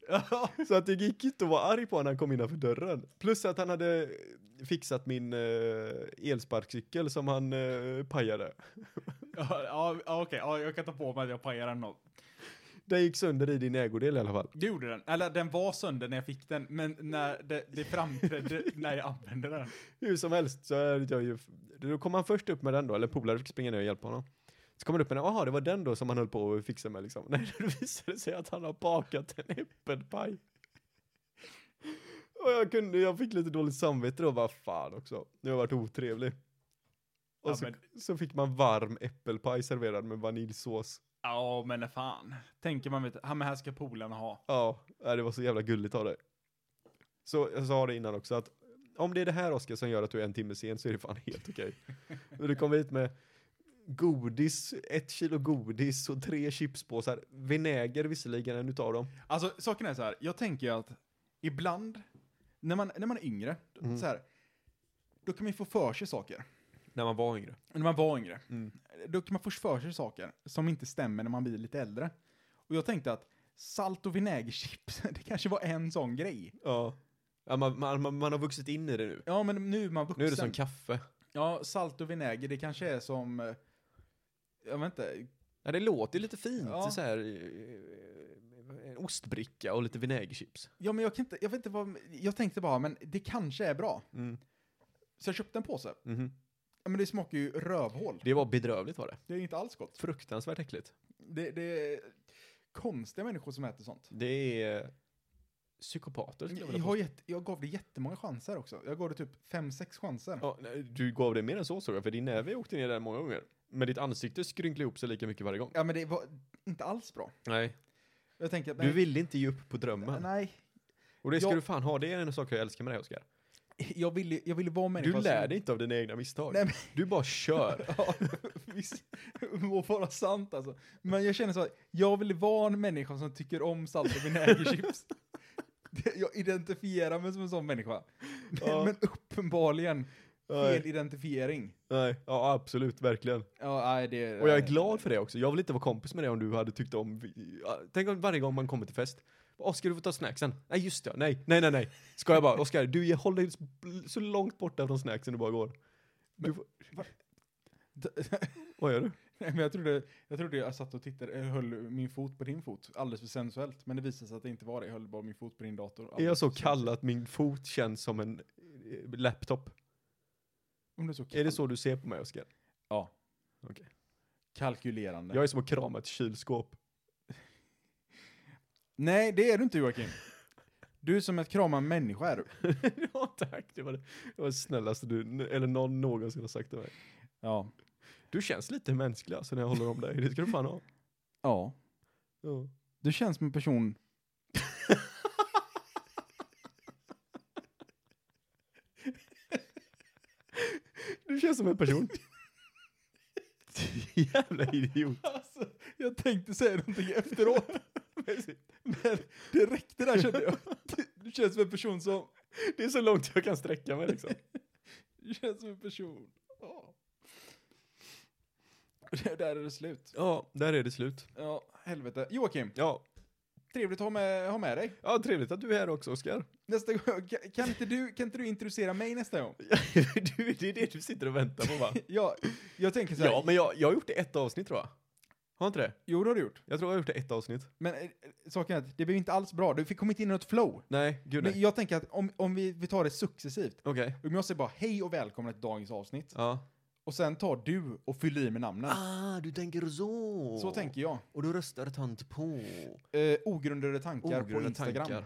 Så att det gick inte att vara arg på när han kom innanför dörren. Plus att han hade fixat min eh, elsparkcykel som han eh, pajade. Ja, ja, ja, okej. Ja, jag kan ta på mig att jag pajade den. något. Den gick sönder i din ägodel i alla fall. Det gjorde den. Eller den var sönder när jag fick den, men när det, det framträdde när jag använde den. Hur som helst så är jag ju... Då kom han först upp med den då, eller polare fick springa ner och hjälpa honom. Så kom han upp med den, jaha det var den då som han höll på att fixa med liksom. Nej, då visade det sig att han har bakat en äppelpaj. Och jag kunde, jag fick lite dåligt samvete då, vad fan också. Nu har jag varit otrevlig. Och Ja, så, men- så fick man varm äppelpaj serverad med vaniljsås. Ja, men men fan. Tänker man, vet, ja, men här ska polarna ha. Ja, nej, det var så jävla gulligt av dig. Så jag sa det innan också att om det är det här Oskar som gör att du är en timme sen så är det fan helt okej. Men Du kommer hit med godis, ett kilo godis och tre chipspåsar. Vinäger visserligen en utav dem. Alltså, saken är så här. Jag tänker ju att ibland, när man, när man är yngre, så här, då kan man ju få för sig saker. När man var yngre. När man var yngre. Mm. Då kan man få för sig saker som inte stämmer när man blir lite äldre. Och jag tänkte att salt och vinägerchips, det kanske var en sån grej. Ja. ja man, man, man, man har vuxit in i det nu. Ja, men nu är man vuxen. Nu är det som kaffe. Ja, salt och vinäger, det kanske är som... eh, Jag vet inte. Ja, det låter lite fint. Ja. Så här, eh, en ostbricka och lite vinägerchips. Ja, men jag kan inte... Jag vet inte vad... Jag tänkte bara, men det kanske är bra. Så jag köpte en påse. Mm, Mhm. Ja, men det smakar ju rövhål. Det var bedrövligt var det. Det är inte alls gott. Fruktansvärt äckligt. Det, det är konstiga människor som äter sånt. Det är psykopater skulle jag Jag, vilja har påstå. jätte, jag gav det jättemånga chanser också. Jag gav det typ fem sex chanser. Ja, nej, du gav det mer än så såg jag, för din näve åkte ner där många gånger. Men ditt ansikte skrynklade ihop sig lika mycket varje gång. Ja, men det var inte alls bra. Nej. Jag tänker att... Du ville inte ge upp på drömmen. Nej. Och det ska Jag- du fan ha, det är en sak jag älskar med dig Oskar. Jag ville, jag ville vara en människa Du lär som- dig inte av dina egna misstag. Nej, men- Du bara kör. Ja, visst. Må vara sant alltså. Men jag känner så att jag vill vara en människa som tycker om salt och vinägerchips. Det- Jag identifierar mig som en sån människa. Men, Ja. men uppenbarligen Nej. fel identifiering. Nej, ja absolut, verkligen. Ja, nej, det, Och jag är glad för det också. Jag vill inte vara kompis med dig om du hade tyckt om... vi- ja, Tänk om varje gång man kommer till fest. Oskar, du får ta snacksen. Nej, just det. Nej, nej, nej, nej. Ska jag bara. Oskar, du håll dig så långt borta från snacksen du bara går. Du, får- vad gör du? Nej, men jag trodde, jag trodde jag satt och tittade, eller höll min fot på din fot. Alldeles för sensuellt. Men det visade sig att det inte var det. Jag höll bara min fot på din dator. Är jag Alldeles så för kall sensuellt. att min fot känns som en eh, laptop? Om du är så kall. Är det så du ser på mig, Oskar? Ja. Okej. Kalkylerande. Jag är som att krama ett kylskåp. Nej, det är du inte Joakim. Du är som att krama en människa är du. ja, tack. Det var det, det var det snällaste du, eller någon någonsin har sagt till mig. Ja. Du känns lite mänsklig alltså när jag håller om dig. Det ska du fan ha. Ja. Ja. Du känns som en person... Du känns som en person. Jävla idiot. Alltså, jag tänkte säga någonting efteråt, men det räckte där kände jag. Du känns som en person som... Det är så långt jag kan sträcka mig liksom. Du känns som en person. Ja. Där- Där är det slut. Ja, där är det slut. Ja, helvete. Joakim, Ja, trevligt att ha med, ha med dig. ja trevligt att du är här också Oskar. Nästa gång, kan, kan, inte du, kan inte du introducera mig nästa gång? du, det är det du sitter och väntar på va? Ja, jag tänker så här. Ja, men jag, jag har gjort det ett avsnitt tror jag. Har inte det? Jo, det har du gjort. Jag tror jag har gjort det ett avsnitt. Men eh, saken är att det blev inte alls bra. Du fick kom inte in i något flow. Nej, gud Men nej. jag tänker att om, om vi, vi tar det successivt. Okej. Om jag säger bara hej och välkomna till dagens avsnitt. Ja. Och sen tar du och fyller i med namnen. Ah, du tänker så. Så tänker jag. Och du röstar tant på. Eh, ogrundade tankar på Ogrundade Instagram. tankar.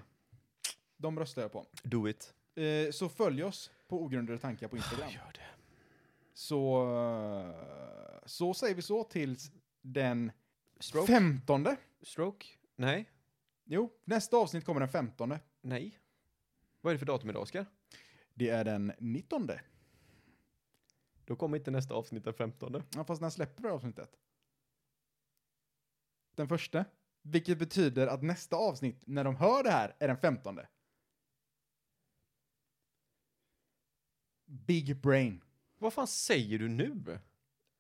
De röstar jag på. Do it. Eh, så följ oss på ogrundade tankar Ah, på Instagram. Gör det. Så, eh, så säger vi så tills den Stroke? femtonde. Stroke? Nej. Jo, nästa avsnitt kommer den femtonde. Nej. Vad är det för datum idag Oskar? Det är den nittonde. Då kommer inte nästa avsnitt den 15. Ja, fast när släpper vi det här avsnittet? Den första. Vilket betyder att nästa avsnitt, när de hör det här, är den femtonde. Big brain. Vad fan säger du nu?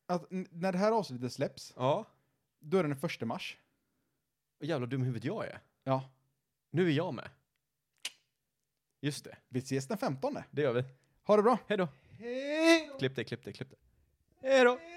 Att n- när det här avsnittet släpps, Ja. då är det den första mars. Vad jävla dum huvud jag är. Ja. Nu är jag med. Just det. Vi ses den femtonde. Det gör vi. Ha det bra. Hej då. Hej Klipp det, klipp det, klipp det. Hej då.